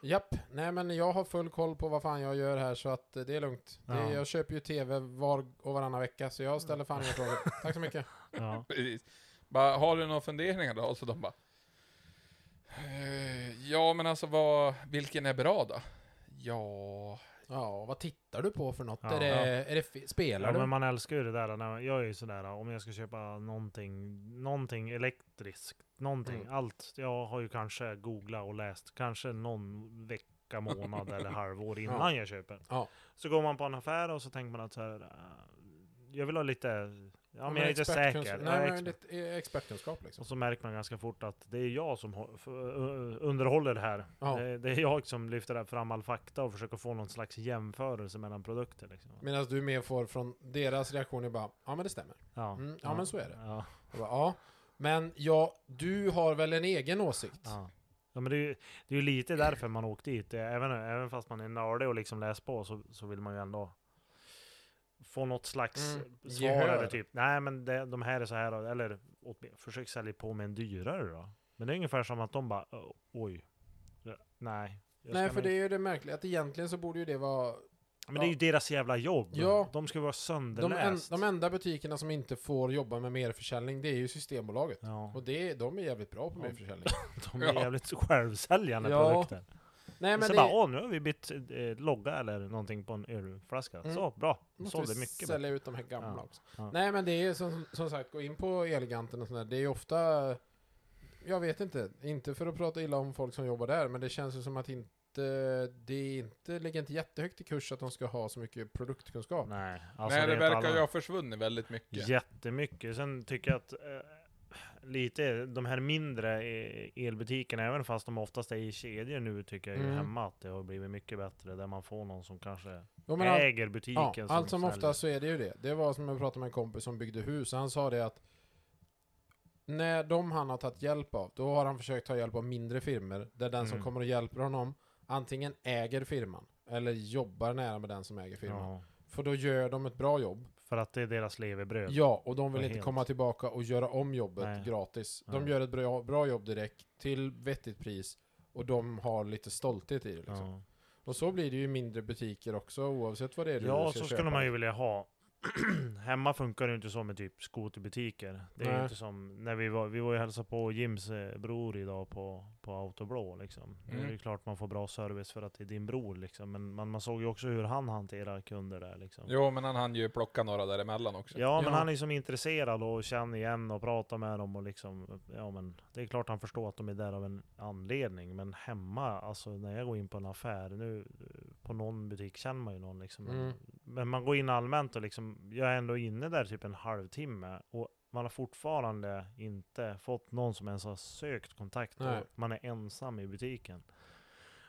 Japp, nej men jag har full koll på vad fan jag gör här så att eh, det är lugnt. Det, Ja. Mm. jag köper ju TV var och varannan vecka så jag ställer fan inga frågor. Tack så mycket. ja. Precis. Eh, Bara, har du några funderingar då? Och så de bara... "Eh, Ja, men alltså vad, vilken är bra då? Ja... Ja, vad tittar du på för något? Ja. är det, är det, fi- spelar ja, du? men man älskar ju det där. När jag är ju sådär, om jag ska köpa någonting, någonting elektriskt, någonting, Mm. allt. Jag har ju kanske googlat och läst, kanske någon vecka, månad eller halvår innan jag köper. Ja. Så går man på en affär och så tänker man att så här, äh, jag vill ha lite, ja, men jag är inte expertkuns- säker. Ja, Nej, men expert. det är expertkunskap liksom. Och så märker man ganska fort att det är jag som hå- f- ö- underhåller det här. Ja. Det, det är jag som lyfter fram all fakta och försöker få någon slags jämförelse mellan produkter. Liksom. Medan du mer får från deras reaktioner bara, ja men det stämmer. Ja. Mm, ja, men så är det. Ja. Jag bara, ja, men ja, du har väl en egen åsikt? Ja. Ja, men det, är ju, det är ju lite därför man åkt dit. Det är- Även, även fast man är nördig och liksom läser på så, så vill man ju ändå få något slags Mm, svar. gehör. Eller typ, nej men det, de här är så här, och- eller åtmin- försök sälja på med en dyrare då. Men det är ungefär som att de bara, "Ö, oj, Ja, nej. jag Nej, ska för nog det är ju det märkliga att egentligen så borde ju det vara Men det är ju Ja. deras jävla jobb. Ja. De ska vara de, en, sönderläst. de enda butikerna som inte får jobba med merförsäljning, det är ju Systembolaget. ja. Och det, de är jävligt bra på Ja. merförsäljning. de är Ja. jävligt självsäljande Ja, produkter. Nej, Men men så det bara, åh nu har vi bytt eh, logga eller någonting på en ölflaska. Mm. Så, bra. måste Sålde vi mycket. sälja ut de här gamla Ja. också. Ja. Nej, men det är ju som, som sagt, gå in på Eleganten och sådär, det är ju ofta, jag vet inte, inte för att prata illa om folk som jobbar där, men det känns ju som att inte det är inte, ligger inte jättehögt i kurs att de ska ha så mycket produktkunskap. Nej, alltså Nej, det vet verkar alla. ju ha försvunnit väldigt mycket. Jättemycket. Sen tycker jag att eh, lite de här mindre eh, elbutikerna, även fast de oftast är i kedjor nu, tycker jag ju Mm. hemma att det har blivit mycket bättre. Där man får någon som kanske Jo, men all- äger butiken. Ja, allt som säljer. ofta så är det ju det. Det var som jag pratade med en kompis som byggde hus, han sa det att när de han har tagit hjälp av, då har han försökt ta hjälp av mindre firmer där den som Mm. kommer och hjälper honom antingen äger firman eller jobbar nära med den som äger firman. Ja, För då gör de ett bra jobb. för att det är deras levebröd. Ja, och de vill Och inte helt. komma tillbaka och göra om jobbet Nej. gratis. De Nej. gör ett bra, bra jobb direkt till vettigt pris och de har lite stolthet i det. Liksom. Ja. Och så blir det ju i mindre butiker också oavsett vad det är du Ja, ska så köpa. skulle man ju vilja ha. Hemma funkar det ju inte så med typ skoterbutiker. Det är Nej. ju inte som när vi var, vi var ju hälsa på Jims eh, bror idag på, på Autoblå liksom. Det är Mm. ju klart man får bra service för att det är din bror liksom. Men man, man såg ju också hur han hanterar kunder där liksom. Jo, men han hann ju plocka några däremellan också. Ja, men Ja. han är ju som intresserad och känner igen och pratar med dem och liksom, ja men det är klart han förstår att de är där av en anledning. Men hemma, alltså när jag går in på en affär, nu eh, på någon butik känner man ju någon liksom. Men, Mm. men man går in allmänt och liksom, jag är ändå inne där typ en halvtimme och man har fortfarande inte fått någon som ens har sökt kontakt Nej. och man är ensam i butiken.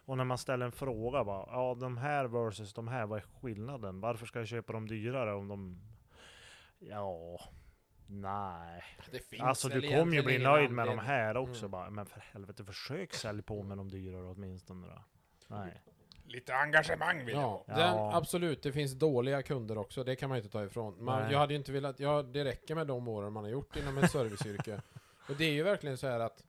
Och när man ställer en fråga bara, ja de här versus de här, vad är skillnaden? Varför ska jag köpa de dyrare om de... Ja, nej. Det finns Alltså väl du kommer ju egentligen bli ingen nöjd med de anledning. här också Mm. bara. Men för helvete, försök sälj på med de dyrare åtminstone då. Nej. Mm. Lite engagemang vill jag Ja, ha. Ja. den, absolut. Det finns dåliga kunder också. Det kan man ju inte ta ifrån. Man, Nej. jag hade ju inte velat... Ja, det räcker med de åren man har gjort inom ett serviceyrke. Och det är ju verkligen så här att...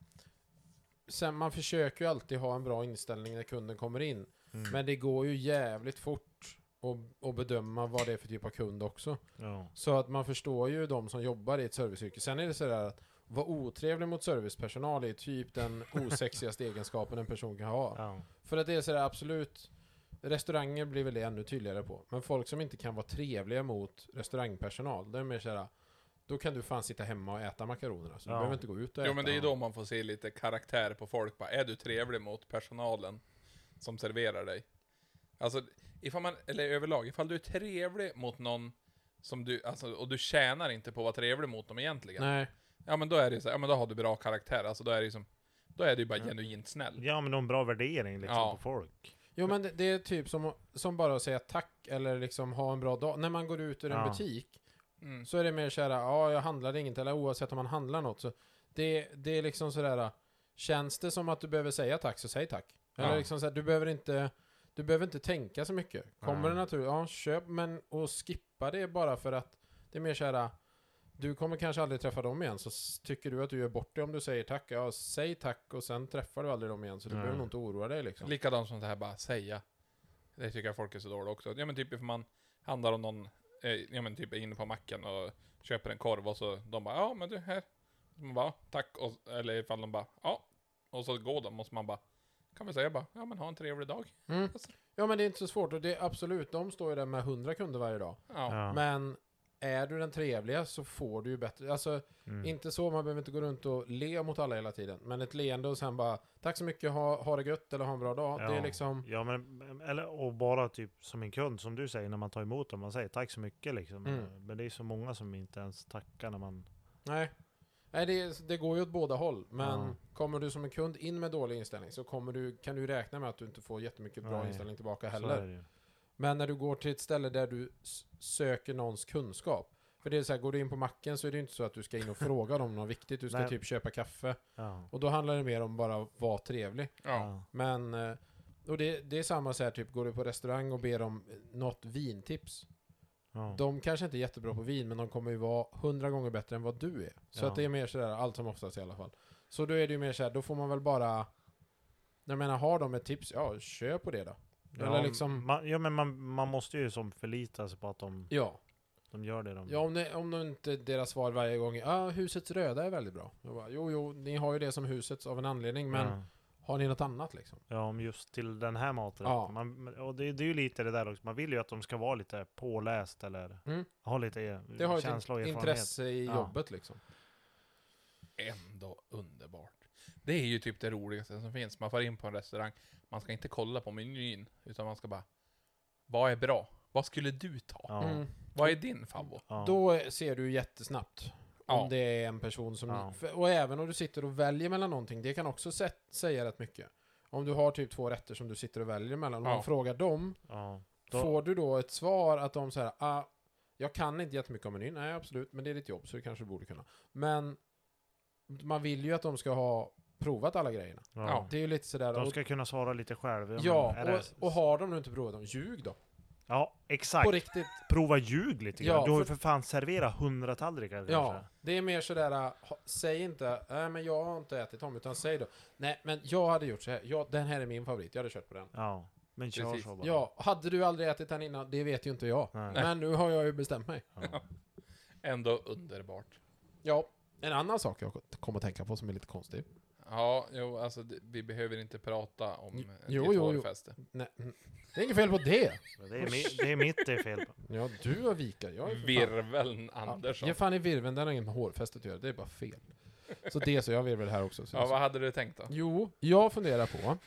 Sen, man försöker ju alltid ha en bra inställning när kunden kommer in. Mm. Men det går ju jävligt fort att- att bedöma vad det är för typ av kund också. Ja. Så att man förstår ju de som jobbar i ett serviceyrke. Sen är det sådär att vara otrevlig mot servicepersonal är typ den osexigaste egenskapen en person kan ha. Ja. För att det är sådär absolut Restauranger blir väl det ännu tydligare på Men folk som inte kan vara trevliga mot restaurangpersonal Det är mer såhär Då kan du fan sitta hemma och äta makaronerna Så du Ja. behöver inte gå ut och äta Jo, men det är ju dem. då man får se lite karaktär på folk. Bara, är du trevlig mot personalen som serverar dig? Alltså, ifall man, eller överlag, ifall du är trevlig mot någon som du, alltså, och du tjänar inte på att vara trevlig mot dem egentligen. Nej, Ja, men då är det ju så här, ja men då har du bra karaktär. Alltså, då är det ju som, då är du ju bara genuint snäll. ja, men de har en bra värdering liksom Ja. på folk. jo men det, det är typ som, som bara att säga tack Eller liksom ha en bra dag När man går ut ur en Ja. butik Mm. Så är det mer såhär Ja jag handlade inget Eller oavsett om man handlar något så Det, det är liksom sådär Känns det som att du behöver säga tack så säg tack Eller Ja. liksom såhär, du behöver inte Du behöver inte tänka så mycket. Kommer Nej. det naturligt, ja köp, men och skippa det bara för att det är mer så här. du kommer kanske aldrig träffa dem igen, så s- tycker du att du gör bort det om du säger tack? Ja, säg tack och sen träffar du aldrig dem igen, så du Nej. behöver nog inte oroa dig liksom. Likadant som det här bara säga. Det tycker jag folk är så dåliga också. Ja men typ ifall man handlar om någon, eh, ja men typ är inne på macken och köper en korv och så de bara ja men du här. Så man bara "Ja, tack och, eller ifall de bara ja. Och så går de och så man bara kan vi säga bara ja men ha en trevlig dag. Mm. Ja, men det är inte så svårt. Och det är absolut, de står ju där med hundra kunder varje dag. Ja. Ja. Men är du den trevliga så får du ju bättre. Alltså, Mm. inte så, man behöver inte gå runt och le mot alla hela tiden. Men ett leende och sen bara tack så mycket, ha, ha det gött eller ha en bra dag. Det Ja. är liksom... Ja, men eller och bara typ som en kund som du säger när man tar emot dem. Man säger tack så mycket liksom. Mm. Men det är så många som inte ens tackar när man. Nej. Nej, det, det går ju åt båda håll. Men Ja. kommer du som en kund in med dålig inställning så kommer du, kan du räkna med att du inte får jättemycket bra Nej. inställning tillbaka så är heller. det ju. Men när du går till ett ställe där du s- söker någons kunskap. För det är så här, går du in på macken så är det ju inte så att du ska in och fråga dem något viktigt. Du ska Nej. typ köpa kaffe. Ja. Och då handlar det mer om bara att vara trevlig. ja. Men, eh, och det, det är samma så här, typ går du på restaurang och ber om eh, något vintips. Ja. De kanske inte är jättebra på vin, men de kommer ju vara hundra gånger bättre än vad du är. Så Ja. att det är mer sådär, allt som oftast i alla fall. Så då är det ju mer såhär, då får man väl bara... Jag menar, har de ett tips, ja, kör på det då. Eller ja, liksom- man, ja, men man, man måste ju som förlita sig på att de, Ja, de gör det de... ja om, det, om de inte deras svar varje gång är ah, husets röda är väldigt bra. Jag bara, jo, jo, ni har ju det som husets av en anledning, men Ja. har ni något annat liksom? Ja, om just till den här maträtten. Ja. Man, men- och det, det är ju lite det där också. Man vill ju att de ska vara lite påläst eller Mm. ha lite eh, Det har ju känsla och ett in- erfarenhet. intresse i Ja. jobbet liksom. ändå underbart. Det är ju typ det roligaste som finns. Man får in på en restaurang, man ska inte kolla på menyn, utan man ska bara Vad är bra? Vad skulle du ta? Ja. Mm. Vad är din favvo? Ja. Då ser du jättesnabbt Ja. Mm. om det är en person som... Ja. för- Och även om du sitter och väljer mellan någonting, det kan också sä- säga rätt mycket. Om du har typ två rätter som du sitter och väljer mellan, om Ja. man frågar dem, ja. Då- får du då ett svar att de säger ah, jag kan inte jättemycket om menyn, nej absolut, men det är ditt jobb så det kanske du borde kunna. Men man vill ju att de ska ha provat alla grejerna. ja. Det är ju lite sådär... De och- ska kunna svara lite själv. Jag Ja, menar, är det- och, och har de nu inte provat dem, ljug då. ja, exakt. På riktigt. Prova ljug lite Ja, grann. Du har ju för- för fan serverat hundra tallrikar kanske. Ja, det är mer sådär, äh, ha- säg inte, nej men jag har inte ätit dem, utan säg då, nej men jag hade gjort så här, ja, den här är min favorit, jag hade kört på den. Ja. Men kör Precis. så bara. Ja, hade du aldrig ätit den innan, det vet ju inte jag. Nej. Men nu har jag ju bestämt mig. Ja. Ändå underbart. Ja, en annan sak jag kom att tänka på som är lite konstig. Ja, jo, alltså det, vi behöver inte prata om ett jo, jo, jo. hårfäste. Nej, mm, det är inget fel på det. Det, är mi- det är mitt det är fel på. Ja, du har vika, jag är för fan- Virveln Ja, Andersson. ge fan i virveln, den har inget med hårfästet att göra, det är bara fel. Så det så, jag har virvel här också. Så Ja, vad hade du tänkt då? Jo, jag funderar på,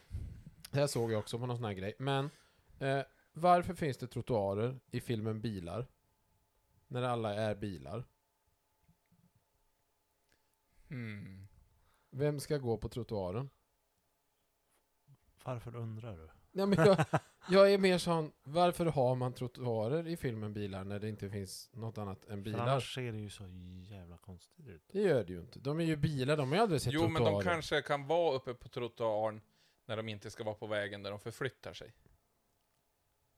det här såg jag också på någon sån här grej, men eh, varför finns det trottoarer i filmen Bilar? När alla är bilar. Hmm. Vem ska gå på trottoaren? Varför undrar du? Nej, men jag, jag är mer sån, varför har man trottoarer i filmen Bilar när det inte finns något annat än För bilar? annars ser det ju så jävla konstigt ut. Det gör det ju inte. De är ju bilar, de har ju aldrig sett Jo, men trottoarer. de kanske kan vara uppe på trottoaren när de inte ska vara på vägen där de förflyttar sig.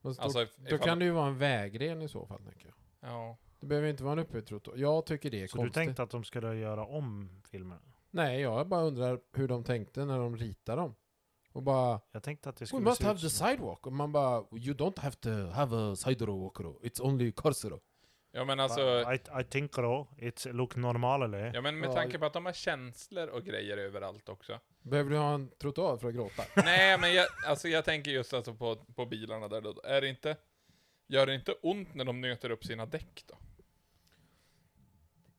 Fast då, Alltså, då ifall- kan det ju vara en vägren i så fall, tänker jag. Ja. Det behöver ju inte vara en uppe trottoar. Jag tycker det är Så konstigt. du tänkte att de skulle göra om filmen? Nej, jag bara undrar hur de tänkte när de ritade dem. Och bara Jag tänkte att det We skulle must se have ut the som... sidewalk. Och man bara, you don't have to have a sidewalk. though. It's only Korsero. Ja, men alltså... I, I think though, it look normal eller? Ja, men med Ja, tanke ju- på att de har känslor och grejer överallt också. Behöver du ha en trottoar för att gråta? Nej, men jag, alltså jag tänker just alltså på, på bilarna där då. Är det inte, gör det inte ont när de nöter upp sina däck då?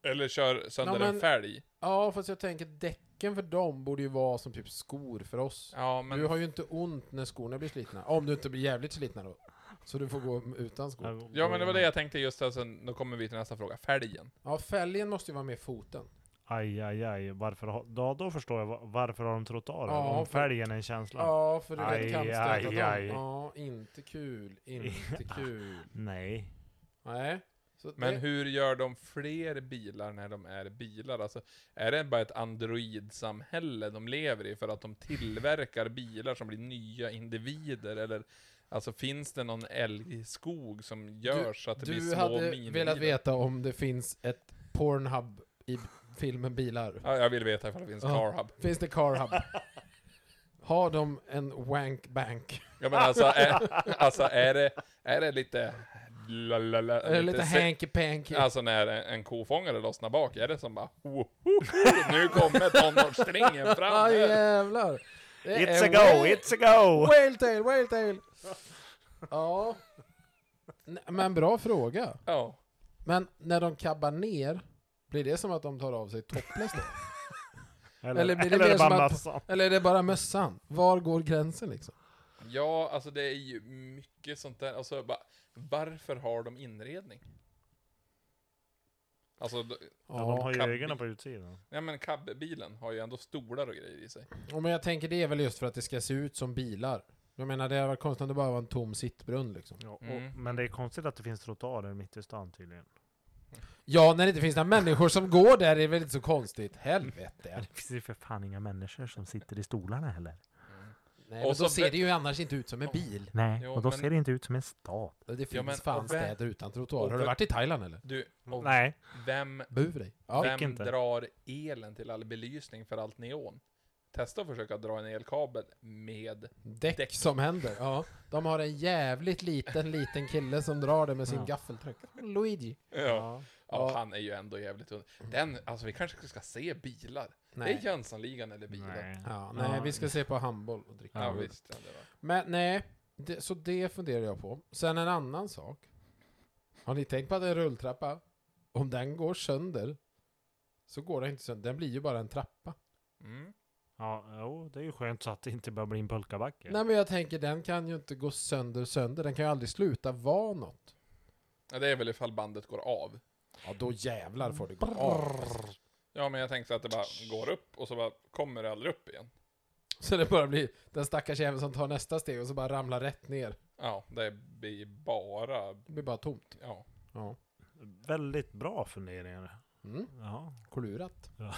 Eller kör sönder Ja, men- en fälg? ja, fast jag tänker däcken för dem borde ju vara som typ skor för oss. Ja, men... Du har ju inte ont när skorna blir slitna. Om du inte blir jävligt slitna då. Så du får gå utan skor. Ja, men det var det jag tänkte just alltså, nu kommer vi till nästa fråga. Fälgen. Ja, fälgen måste ju vara med foten. Aj, aj, aj. Varför har... då, då förstår jag va- varför har de trottoarer? Ja, Om för- fälgen är en känsla? Ja, för du Aj, vet kantstöta aj, dem. aj. Ja, inte kul. Inte kul. Nej. Nej. Så Men det- hur gör de fler bilar när de är bilar? Alltså, är det bara ett androidsamhälle de lever i för att de tillverkar bilar som blir nya individer? Eller alltså, finns det någon älgskog som gör så att det blir Du små hade minibilar? velat veta om det finns ett Pornhub i filmen Bilar? Ja, jag vill veta ifall det finns Ja. carhub. Finns det Carhub? Har de en wank bank? Ja, men alltså, är, alltså är, det, är det lite... la, la, la, Eller lite se- hanky panky? Alltså när en, en kofångare lossnar bak, är det som bara... "Woho, nu kommer tonårsstringen fram! ah, här." jävlar! Det It's är a go, whale- it's a go! Whale tail, whale tail! Ja. N- Men bra fråga. Ja. Men när de kabbar ner, blir det som att de tar av sig topless då? Eller blir det mer som att- som att... Eller är det bara mössan? Var går gränsen liksom? ja, alltså det är ju mycket sånt där. Alltså, bara, varför har de inredning? Alltså, d- Ja, de har ju kan- ögonen på utsidan. ja men cabbilen har ju ändå stolar och grejer i sig. Ja, men jag tänker det är väl just för att det ska se ut som bilar. Jag menar det hade varit konstigt om det bara var en tom sittbrunn liksom. Ja, och, Mm. Men det är konstigt att det finns trottoarer mitt i stan tydligen. Ja, när det inte finns några människor som går där är det väl inte så konstigt. Helvete. Det finns ju för fan inga människor som sitter i stolarna heller. Nej, Och men då så- ser det ju annars inte ut som en bil. Nej, Jo, och då men- ser det inte ut som en stad. Det finns men- fan och vem- städer utan trottoarer. och Har du vem- varit i Thailand eller? Du, och Nej, vem, Bu för dig. Ja. vem inte. drar elen till all belysning för allt neon? Testa att försöka dra en elkabel med... Däck, däck. som händer. Ja. De har en jävligt liten, liten kille som drar det med sin Ja. gaffeltruck. Luigi. Ja. ja. Ja, Ja. han är ju ändå jävligt under. Den, alltså vi kanske ska se bilar. Det är Nej. Jönssonligan eller bilar. Nej. Ja, nej, Ja. vi ska se på handboll och dricka Ja, öl. visst. Ja, det var. Men nej, det, så det funderar jag på. Sen en annan sak. Har ni tänkt på att en rulltrappa, om den går sönder, så går den inte sönder. Den blir ju bara en trappa. Mm. ja, jo, det är ju skönt så att det inte bara blir en pulkabacke. Nej men jag tänker, den kan ju inte gå sönder sönder. Den kan ju aldrig sluta vara något. Ja, det är väl ifall bandet går av. Ja, då jävlar får det gå av. Ja, men jag tänkte att det bara går upp och så bara kommer det aldrig upp igen. Så det bara blir den stackars jäveln som tar nästa steg och så bara ramlar rätt ner. Ja, det blir bara... Det blir bara tomt. Ja. Ja. Väldigt bra funderingar. Mm. Ja. Klurat. Ja.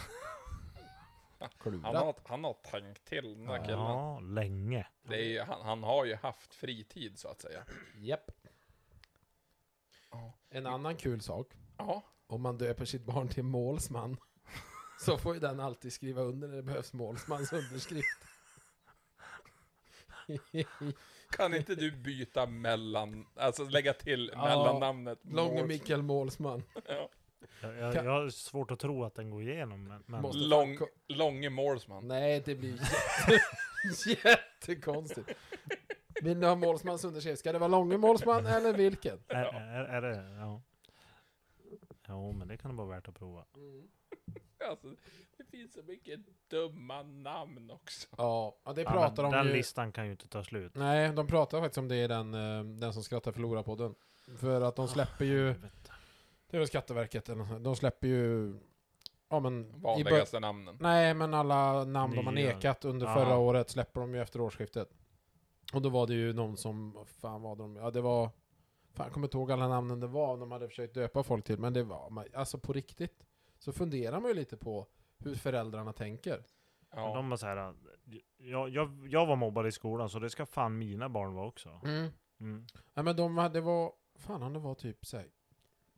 Han Klurat. har, han har tänkt till den där killen. ja, länge. Det är ju, han, han har ju haft fritid så att säga. Japp. Ja. En annan kul sak. Ja, om man döper sitt barn till målsman så får ju den alltid skriva under när det behövs målsmans underskrift. kan inte du byta mellan... Alltså lägga till Ja. mellannamnet. Långe Mårts- Mikael Målsman. Ja. Jag, jag, Kan- jag har svårt att tro att den går igenom. Men, men Måste- Lång, Långe Målsman. Nej, det blir jätte, jättekonstigt. Vill ni ha målsmans underskrift? Ska det vara Långe Målsman eller vilken? är, är, är det... Ja. Jo, men det kan vara värt att prova. Alltså, det finns så mycket dumma namn också. Ja, ja, det Ja, pratar men de den ju... listan kan ju inte ta slut. Nej, de pratar faktiskt om det i den, eh, den som skrattar förlorar-podden. För att de släpper ju... Det är väl Skatteverket eller något sånt. De släpper ju... Ja, men... i bör- Vanligaste namnen. Nej, men alla namn de har Nya. nekat under Ja. förra året släpper de ju efter årsskiftet. Och då var det ju någon som, vad fan var de, ja det var, fan jag kommer inte ihåg alla namnen det var de hade försökt döpa folk till, men det var, man- alltså på riktigt, så funderar man ju lite på hur föräldrarna tänker. Men Ja. De var så här, jag, jag, jag var mobbad i skolan så det ska fan mina barn vara också. Mm. Nej men de hade, det var, fan han det var typ såhär,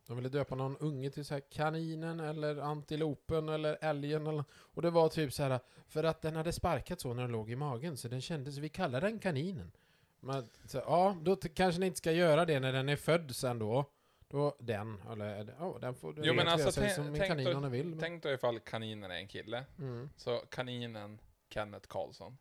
de ville döpa någon unge till såhär kaninen eller antilopen eller älgen eller, och det var typ så här för att den hade sparkat så när den låg i magen så den kändes, vi kallar den kaninen. Men så, ja, då t- kanske ni inte ska göra det när den är född sen då. Då den, eller ja, den får Jo, men reagera alltså, sig tän- som en tänk kanin då- om den vill. Men, Tänk då ifall kaninen är en kille. mm. Så kaninen Kenneth Karlsson.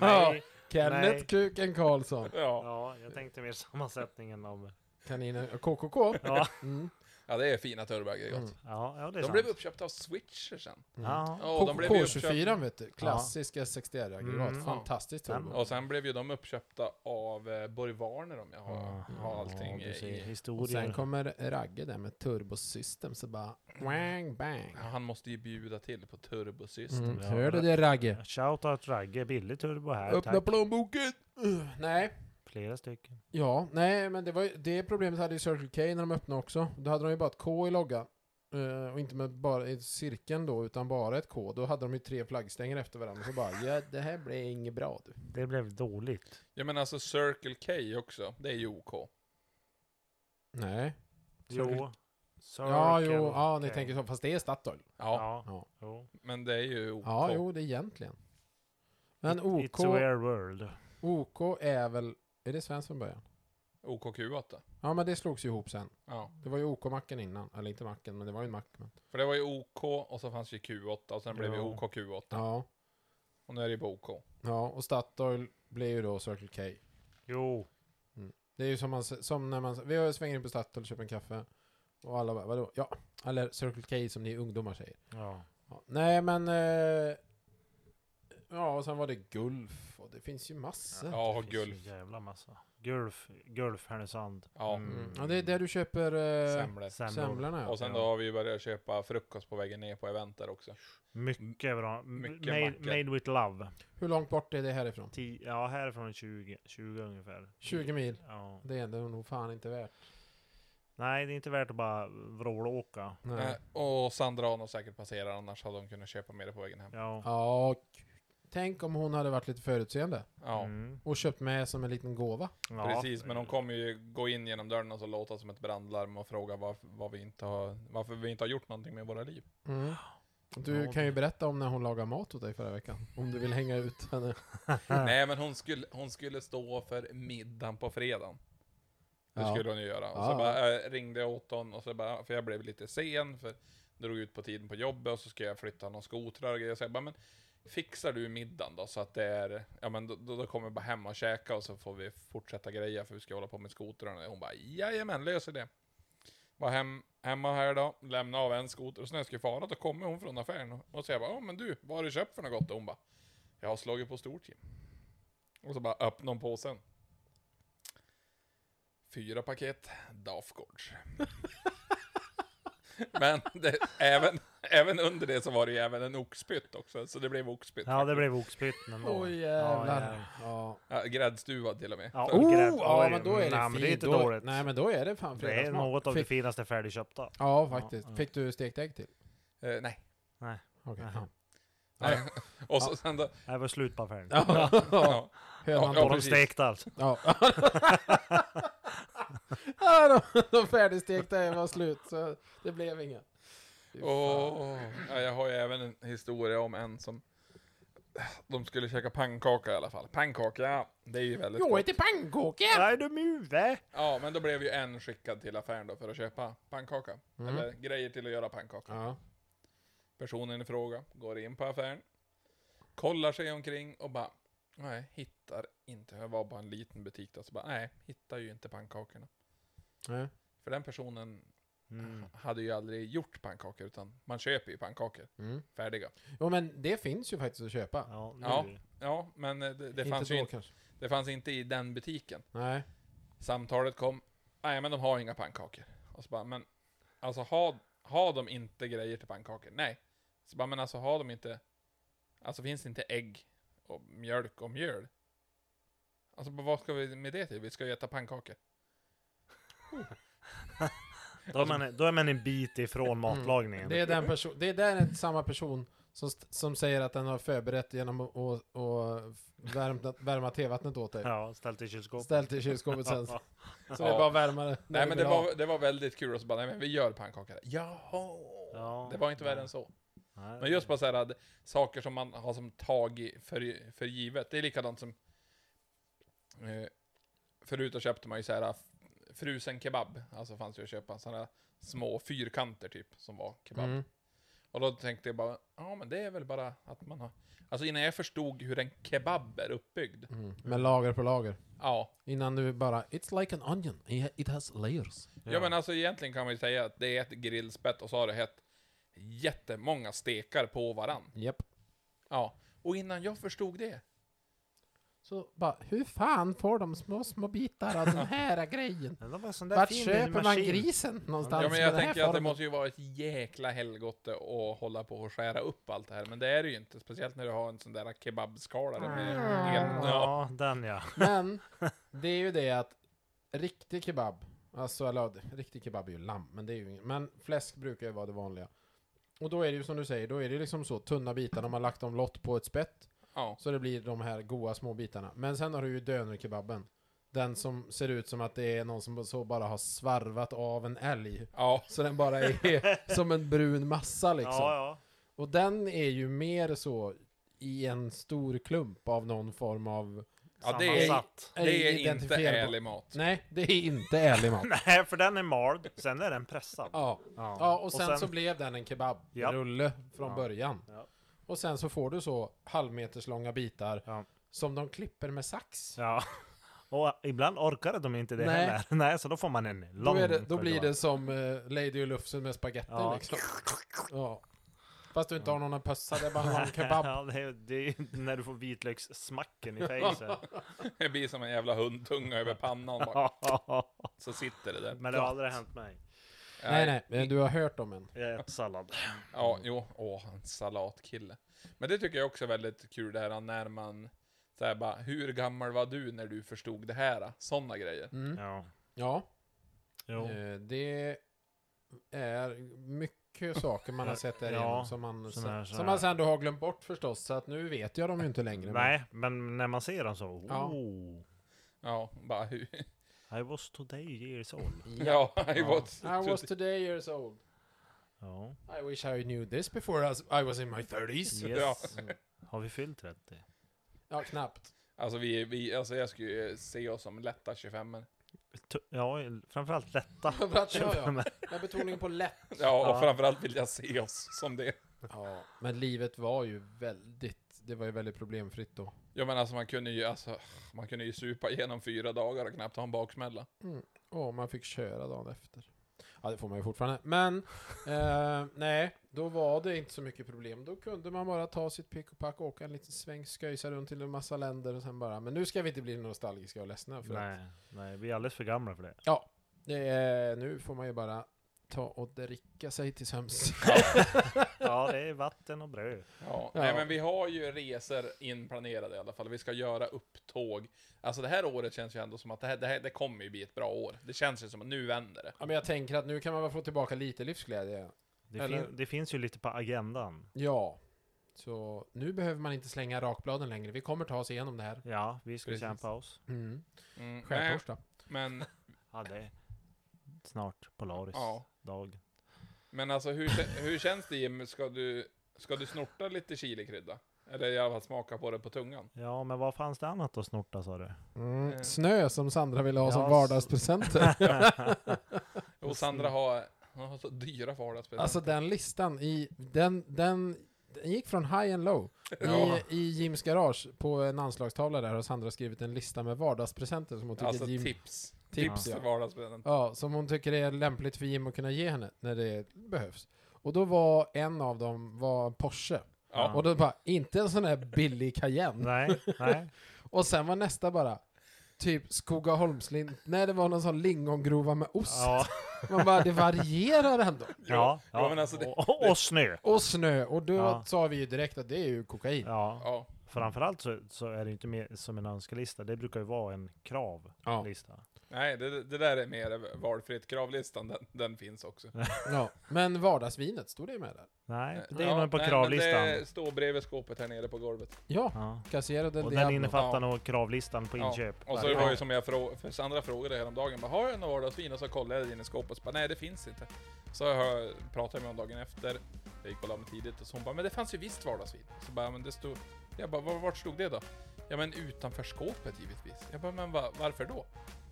Nej. Kenneth Nej. Kuken Karlsson, Ja. Ja, jag tänkte mer sammansättningen av... kaninen KKK. Ja, Mm. ja, det är fina turboaggregat. Mm. ja, ja det är De sant. blev uppköpta av Switcher sen. Mm. Ja, Ja, och de blev ju KK24 uppköpta- vet du, klassiska 61-aggregat, Mm. fantastiskt Ja. turbo. Och sen blev ju de uppköpta av eh, Borg Warner om jag har, har allting Ah, ja, du ser, i... Och historier. sen kommer Ragge där med Turbo System, så bara wang bang. Ja, Han måste ju bjuda till på turbosystem. Mm. Ja, Hör du Ra- det Ragge? Shoutout Ragge, billig turbo här, Öppna tack. plånboken! Uh, nej, Flera stycken. ja, nej, men det, var, ju- det problemet hade ju Circle K när de öppnade också. Då hade de ju bara ett K i loggan. Eh, och inte med bara i cirkeln då, utan bara ett K. Då hade de ju tre flaggstänger efter varandra. Så bara, ja, det här blir inget bra du. Det blev dåligt. Ja men alltså Circle K också, det är ju OK. Nej. Jo. Circle. Ja, jo, ja, ni K. tänker så. Fast det är Statoil. Ja, Ja. Ja. Jo. men det är ju OK. ja, jo, det är egentligen. Men OK, It's a weird world. OK är väl... Är det svenskt från början? OKQ8. Ja, men det slogs ju ihop sen. Ja. Det var ju OK-macken innan. Eller inte macken, men det var ju en mack. Men... För det var ju OK och så fanns ju Q8 och sen blev det Ja. OKQ8. Ja. Och nu är det ju bara OK. ja, och Statoil blev ju då Circle K. Jo. Det är ju som, man, som när man... Vi svänger in på Statoil och köper en kaffe. Och alla bara, vadå? Ja. Eller Circle K som ni ungdomar säger. Ja. Ja. Nej, men... Eh, ja, och sen var det Gulf. Och det finns ju massor. Ja, det och finns ju en Gulf. jävla massa. Gulf, Gulf Härnösand. Ja. Mm. Ja, det är där du köper eh, Semlor. Semlor. semlorna. ja. Och sen då har vi ju börjat köpa frukost på vägen ner på event där också. Mycket bra. M- Mycket made, mackor. made with love. Hur långt bort är det härifrån? Ti- ja, härifrån 20, 20 ungefär. 20 mil. Ja. Det är det nog fan inte värt. Nej, det är inte värt att bara vrålåka. Nej. Eh, Och Sandra har nog säkert passerat, annars hade hon kunnat köpa med det på vägen hem. Ja. Ja, och tänk om hon hade varit lite förutseende Ja, Mm. och köpt med som en liten gåva. ja. precis. Men hon kommer ju gå in genom dörren och så låta som ett brandlarm och fråga varför, vad vi, inte har, varför vi inte har gjort någonting med våra liv. Du Mm. Ja, kan ju det- berätta om när hon lagade mat åt dig förra veckan. Om du vill hänga ut henne. Nej, men hon skulle, hon skulle stå för middagen på fredagen. Det Ja. skulle hon ju göra. Och Ja. så bara, eh, ringde jag åt hon och så bara, för jag blev lite sen, för drog ut på tiden på jobbet och så ska jag flytta någon skotrar och grejer. Så jag bara, men fixar du middagen då så att det är, ja men då, då då kommer jag bara hem och käka och så får vi fortsätta greja för vi ska hålla på med skotrarna. Och hon bara, jajamän, löser det. Var hem, hemma här då, lämna av en skoter och sen när jag skulle fara då kommer hon från affären och, och så jag bara, ja men du, vad har du köpt för något gott? Och hon bara, jag har slagit på stort Jim. Och så bara öppnade hon påsen. Fyra paket Dafgårds. Men det, även, även under det så var det ju även en oxpytt också, så det blev oxpytt. Ja, det blev oxpytten ändå. Oj Ja, jävlar. jävlar. Ja. Ja, gräddstuvad till och med. Ja, Så- Oh, grädde. ja, Oj, men då är det nej, men fint. det är inte Då- dåligt. Nej, men då är det fan Det är fredagsmat. något av det Fick- finaste färdigköpta. Ja, faktiskt. Ja, ja. Fick du stekt ägg till? eh, nej. Okej. Aha. nej. Och så sen då... Det var slut på affären. Ja. Ja. Ja. Hönan Ja, Då ja, har de precis. stekt allt. ja. ja, de, de färdigstekta var slut, så det blev inga. Fy fan. Och, ja, jag har ju även en historia om en som... De skulle käka pannkaka i alla fall. Pannkaka, ja, det är ju väldigt Jag gott. heter pannkaka! Nej, du muve! Ja, men då blev ju en skickad till affären då för att köpa pannkaka. Mm. Eller grejer till att göra pannkaka. Ja. Personen i fråga går in på affären, kollar sig omkring och bara Nej, hittar inte. Det var bara en liten butik då, så bara nej, hittar ju inte pannkakorna. Nej. För den personen Mm. hade ju aldrig gjort pannkakor, utan man köper ju pannkakor Mm. färdiga. Jo men det finns ju faktiskt att köpa. Ja, nu. Ja. Ja, men eh, det, det, fanns, inte ju då inte, kanske. det fanns inte i den butiken. Nej. Samtalet kom, nej men de har inga pannkakor. Och så bara, men alltså har, har de inte grejer till pannkakor? Nej. Så bara, men alltså har de inte, alltså finns det inte ägg och mjölk och mjöl? Alltså bara, vad ska vi med det till? Vi ska ju äta pannkakor. Då, är man, då är man en bit ifrån matlagningen. Mm. Det är den person, det är den samma person som, st- som säger att den har förberett genom att och, och värma, värma tevattnet åt dig. Ja, ställt i kylskåpet. typ. Ställt i kylskåpet sen. Så det är Ja. bara värmare. Nej men det var, det var väldigt kul och så bara, nej men vi gör pannkakor. Jaha! Ja. det var inte värre än så. Men just bara så här, att saker som man har som tag i för, för givet. Det är likadant som... Eh, förut då köpte man ju så här f- frusen kebab. Alltså fanns det ju att köpa sådana här små fyrkanter typ, som var kebab. Mm. Och då tänkte jag bara, ja men det är väl bara att man har... Alltså innan jag förstod hur en kebab är uppbyggd. Mm. Med lager på lager. Ja. Innan du bara, it's like an onion, it has layers. ja. men alltså egentligen kan man ju säga att det är ett grillspett och så har det hett jättemånga stekar på varann. Japp. Ja. Och innan jag förstod det, Så bara, hur fan får de små, små bitar av den här grejen? Det var en sån där Vart fin köper man maskin. grisen någonstans? Ja men jag med den här tänker att det formen? måste ju vara ett jäkla helgotte att hålla på och skära upp allt det här. Men det är det ju inte. Speciellt när du har en sån där kebabskalare med Mm. hel... Ja. Ja, den ja. Men det är ju det att riktig kebab, alltså eller, riktig kebab är ju lamm, men det är ju ingen, men fläsk brukar ju vara det vanliga. Och då är det ju som du säger, då är det liksom så tunna bitar, de har lagt dem lott på ett spett, ja. så det blir de här goa små bitarna. Men sen har du ju dönerkebaben, Den som ser ut som att det är någon som så bara har svarvat av en älg. Ja, Så den bara är som en brun massa liksom. Ja, ja. Och den är ju mer så i en stor klump av någon form av... ja det, är, Sammansatt. det är inte identifierbar- ärlig mat. Nej, det är inte ärlig mat. Nej, för den är mald, sen är den pressad. Ja. Ja. ja, och sen, sen- så blev den en Ja. kebabrulle från Ja. början. Ja. Och sen så får du så halvmeterslånga bitar Ja. som de klipper med sax. Ja. Och ibland orkar de inte det Nej. heller. Nej, så då får man en Då, lång. är det, då för blir glad. det som eh, Lady och Lufsen med spagetti Ja. liksom. Ja. Fast du inte har någon att pussa, det är bara någon kebab. ja, det, är, det är ju när du får vitlökssmacken i fejset. Det blir som en jävla hundtunga över pannan bara. Så sitter det där. Men det har aldrig hänt mig. Nej, nej, men du har hört om en. Jag äter sallad. Ja, jo. Åh, en salatkille. Men det tycker jag också är väldigt kul det här när man så här bara, hur gammal var du när du förstod det här? Sådana grejer. Mm. Ja. Ja, Jo. eh, det är mycket saker man har sett där Ja, ja, som, man, sån här- sen, sån som här. man sen då har glömt bort förstås, så att nu vet jag dem ju inte längre. men- Nej, men när man ser dem så... Ja. Oh, Ja, bara hur... I was today years old. Ja, I Ja. was... I was today years old. Ja. I wish I knew this before as I was in my 30s. Yes. Har vi fyllt 30? Ja, knappt. Alltså vi, vi, alltså jag skulle ju se oss som lätta 25 ja, Tu- Ja, framförallt lätta. Framförallt kör jag. Med betoningen på lätt. ja, Ja. och framförallt vill jag se oss som det. Ja, men livet var ju väldigt, det var ju väldigt problemfritt då. Ja men alltså man kunde ju, alltså, man kunde ju supa igenom fyra dagar och knappt ha en baksmälla. Och man fick köra dagen efter. Ja, det får man ju fortfarande. Men, eh, nej, då var det inte så mycket problem. Då kunde man bara ta sitt pick och pack och åka en liten sväng, sköjsa runt till en massa länder och sen bara, men nu ska vi inte bli nostalgiska och ledsna för att Nej, nej, vi är alldeles för gamla för det. det är, nu får man ju bara ta och dricka sig till sömns. Ja, det är vatten och bröd. Ja, Ja. Nej, men vi har ju resor inplanerade i alla fall. Vi ska göra upptåg. Alltså det här året känns ju ändå som att det här, det här det kommer ju bli ett bra år. Det känns ju som att nu vänder det. Ja, men jag tänker att nu kan man väl få tillbaka lite livsglädje. Det, Eller- fin- det finns ju lite på agendan. Ja. Så nu behöver man inte slänga rakbladen längre. Vi kommer ta oss igenom det här. Ja, vi ska Precis. kämpa oss. Mm. Mm, nej, Skärtorsdag. men, Ja, det är snart Polaris ja. dag. men alltså hur, kä- hur känns det Jim? Ska du, ska du snorta lite chilikrydda? Eller i alla fall smaka på det på tungan? Ja, men vad fanns det annat att snorta sa du? Mm. Eh. Snö som Sandra ville ha Ja, som s- vardagspresenter. Och Sandra har, hon har så dyra vardagspresenter. alltså den listan i... Den, den, den gick från high and low. Ja. I, I Jims garage på en anslagstavla där har Sandra skrivit en lista med vardagspresenter som hon tycker typ Alltså Jim... tips. tips, Tips ja. till vardagspresenter. Ja, som hon tycker är lämpligt för Jim att kunna ge henne när det behövs. Och då var en av dem var Porsche. Ja. Och då bara, inte en sån här billig Cayenne. Nej, nej. Och sen var nästa bara Typ Skogaholmslin... Nej, det var någon sån lingongrova med ost. Ja, Man bara, det varierar ändå. ja, ja, ja. men alltså det- och, och, och snö. Och snö, och då Ja. sa vi ju direkt att det är ju kokain. Ja. Ja, Ja. framförallt så, så är det inte mer som en önskelista. Det brukar ju vara en kravlista. Ja. Nej, det, det där är mer valfritt. Kravlistan, den, den finns också. Eh, Men vardagsvinet, stod det med där? Nej, det är Ja, nog på nej, men kravlistan. Det står bredvid skåpet här nere på golvet. Ja, Ja. Casero del Och den Diablo. innefattar nog kravlistan på Ja. inköp. Och så varje var år. ju som jag frå- för Sandra frågade häromdagen, bara, har jag några vardagsvin? Och så kollade jag in i skåpet och så bara, nej det finns inte. Så jag pratade med honom dagen efter, jag gick och la mig tidigt och så hon bara, men det fanns ju visst vardagsvin. Så bara, men det stod... Jag bara, "Var- vart stod det då? Ja men utanför skåpet givetvis. Jag bara, men va, varför då?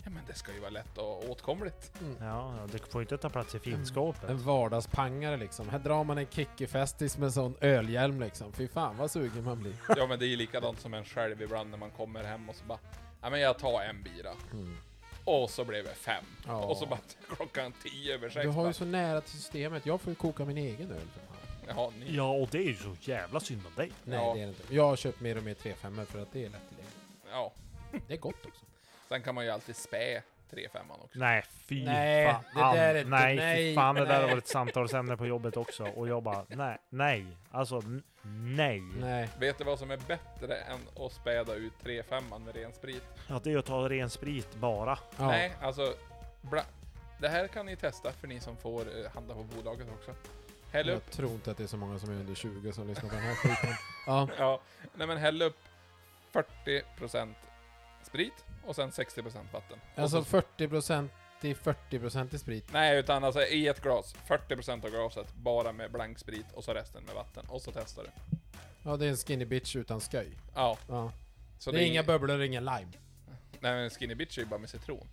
Ja men det ska ju vara lätt och åtkomligt. Ja, ja, du får ju inte ta plats i finskåpet. En vardagspangare liksom. Här drar man en kickefestis med sån ölhjälm liksom. Fy fan vad sugen man blir. Ja men det är ju likadant som en själv ibland när man kommer hem och så bara, ja men jag tar en bira. Och så blev det fem. Mm. Ja. Och så bara klockan tio över sex. Du har bara, ju så nära till systemet. Jag får ju koka min egen öl. för fan. Ja, ni... Ja, och det är ju så jävla synd om dig. Nej, Ja. det är det inte. Jag har köpt mer och mer 3-5 för att det är lättillgängligt. ja. Det är gott också. Sen kan man ju alltid spä 3-5 också. Nej, fy Nej, fan. det där är inte- nej, nej, fy fan. Det där har nej. varit ett samtalsämne på jobbet också. Och jag bara, nej, nej. Alltså, n- nej. Nej. Vet du vad som är bättre än att späda ut 3-5 med ren sprit? Ja, det är att ta ren sprit bara. Ja. Nej, alltså... Bra. Det här kan ni testa för ni som får eh, handla på bolaget också. Häll upp... Jag tror inte att det är så många som är under 20 som lyssnar på den här skiten. Ja. Ja, nej men häll upp 40% sprit och sen 60% vatten. Alltså Och så, 40% i 40% i sprit. nej, utan alltså i ett glas, 40% av glaset bara med blank sprit och så resten med vatten. Och så testar du. Ja, det är en skinny bitch utan sköj. Ja, Ja. så det är inga bubblor, ingen lime. Nej, men skinny bitch är ju bara med citron.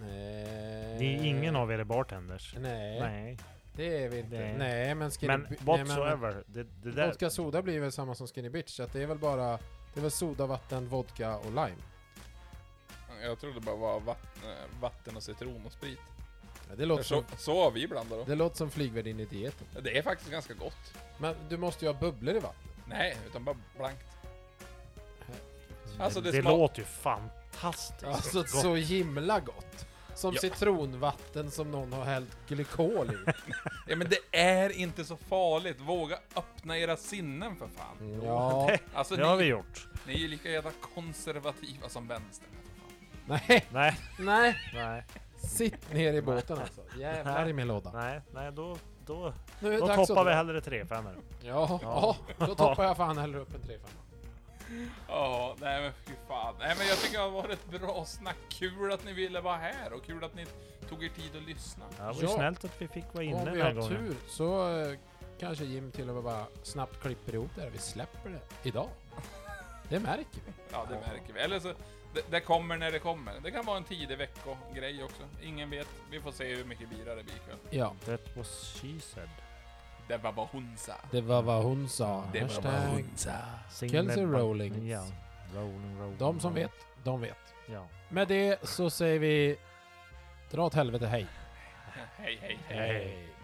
Nej. Ni, ingen av er är bartenders. Eh. Nej, Nej. det är vi inte. Det- Nej, men skinny... Men bi- nej, whatsoever. Det, det där. Vodka soda blir väl samma som skinny bitch, så att det är väl bara... Det är väl soda, vatten, vodka och lime. Jag trodde det bara var vatten, eh, vatten och citron och sprit. Ja, det, låter Så, som, så har vi blandar då. det låter som flygvärdin i dieten. Det är faktiskt ganska gott. Men du måste ju ha bubblor i vattnet. Nej, utan bara blankt. det, Alltså, det det, smak- låter ju fantastiskt. Alltså gott. så himla gott. Som Ja. citronvatten som någon har hällt glykol i. Ja men det är inte så farligt, våga öppna era sinnen för fan. Ja, Alltså Mm. Det har vi ni, gjort. ni är ju lika jävla konservativa som vänstern. nej, Nej, nej. nej, Sitt ner i båten alltså. Jävlar i min låda. nej, nej då, då, Nu är det då dags att toppar vi dra. hellre tre femmor. Ja, ja. Ja. då toppar jag fan hellre upp en trefemma. Ja, nej men fy fan. Nej men jag tycker det har varit ett bra snack. Kul att ni ville vara här och kul att ni tog er tid att lyssna. Ja, det var ju Ja. snällt att vi fick vara inne Om vi den här har gången. tur så eh, kanske Jim till och med bara snabbt klipper ihop det här. Vi släpper det idag. Det märker vi. Ja, det märker vi. Eller så, det, det kommer när det kommer. Det kan vara en tidig veckogrej också. Ingen vet. Vi får se hur mycket bilar det blir ikväll. Ja, That was she said. Det var bara hunsa. det var vad hon sa. Det var bara Hashtag. hunsa. Kelsey Rowling. Ja. Rowling, Rowling. De som Rowling. vet, de vet. Ja. Med det så säger vi dra åt helvete hej. Hej, hej, hej. Hej.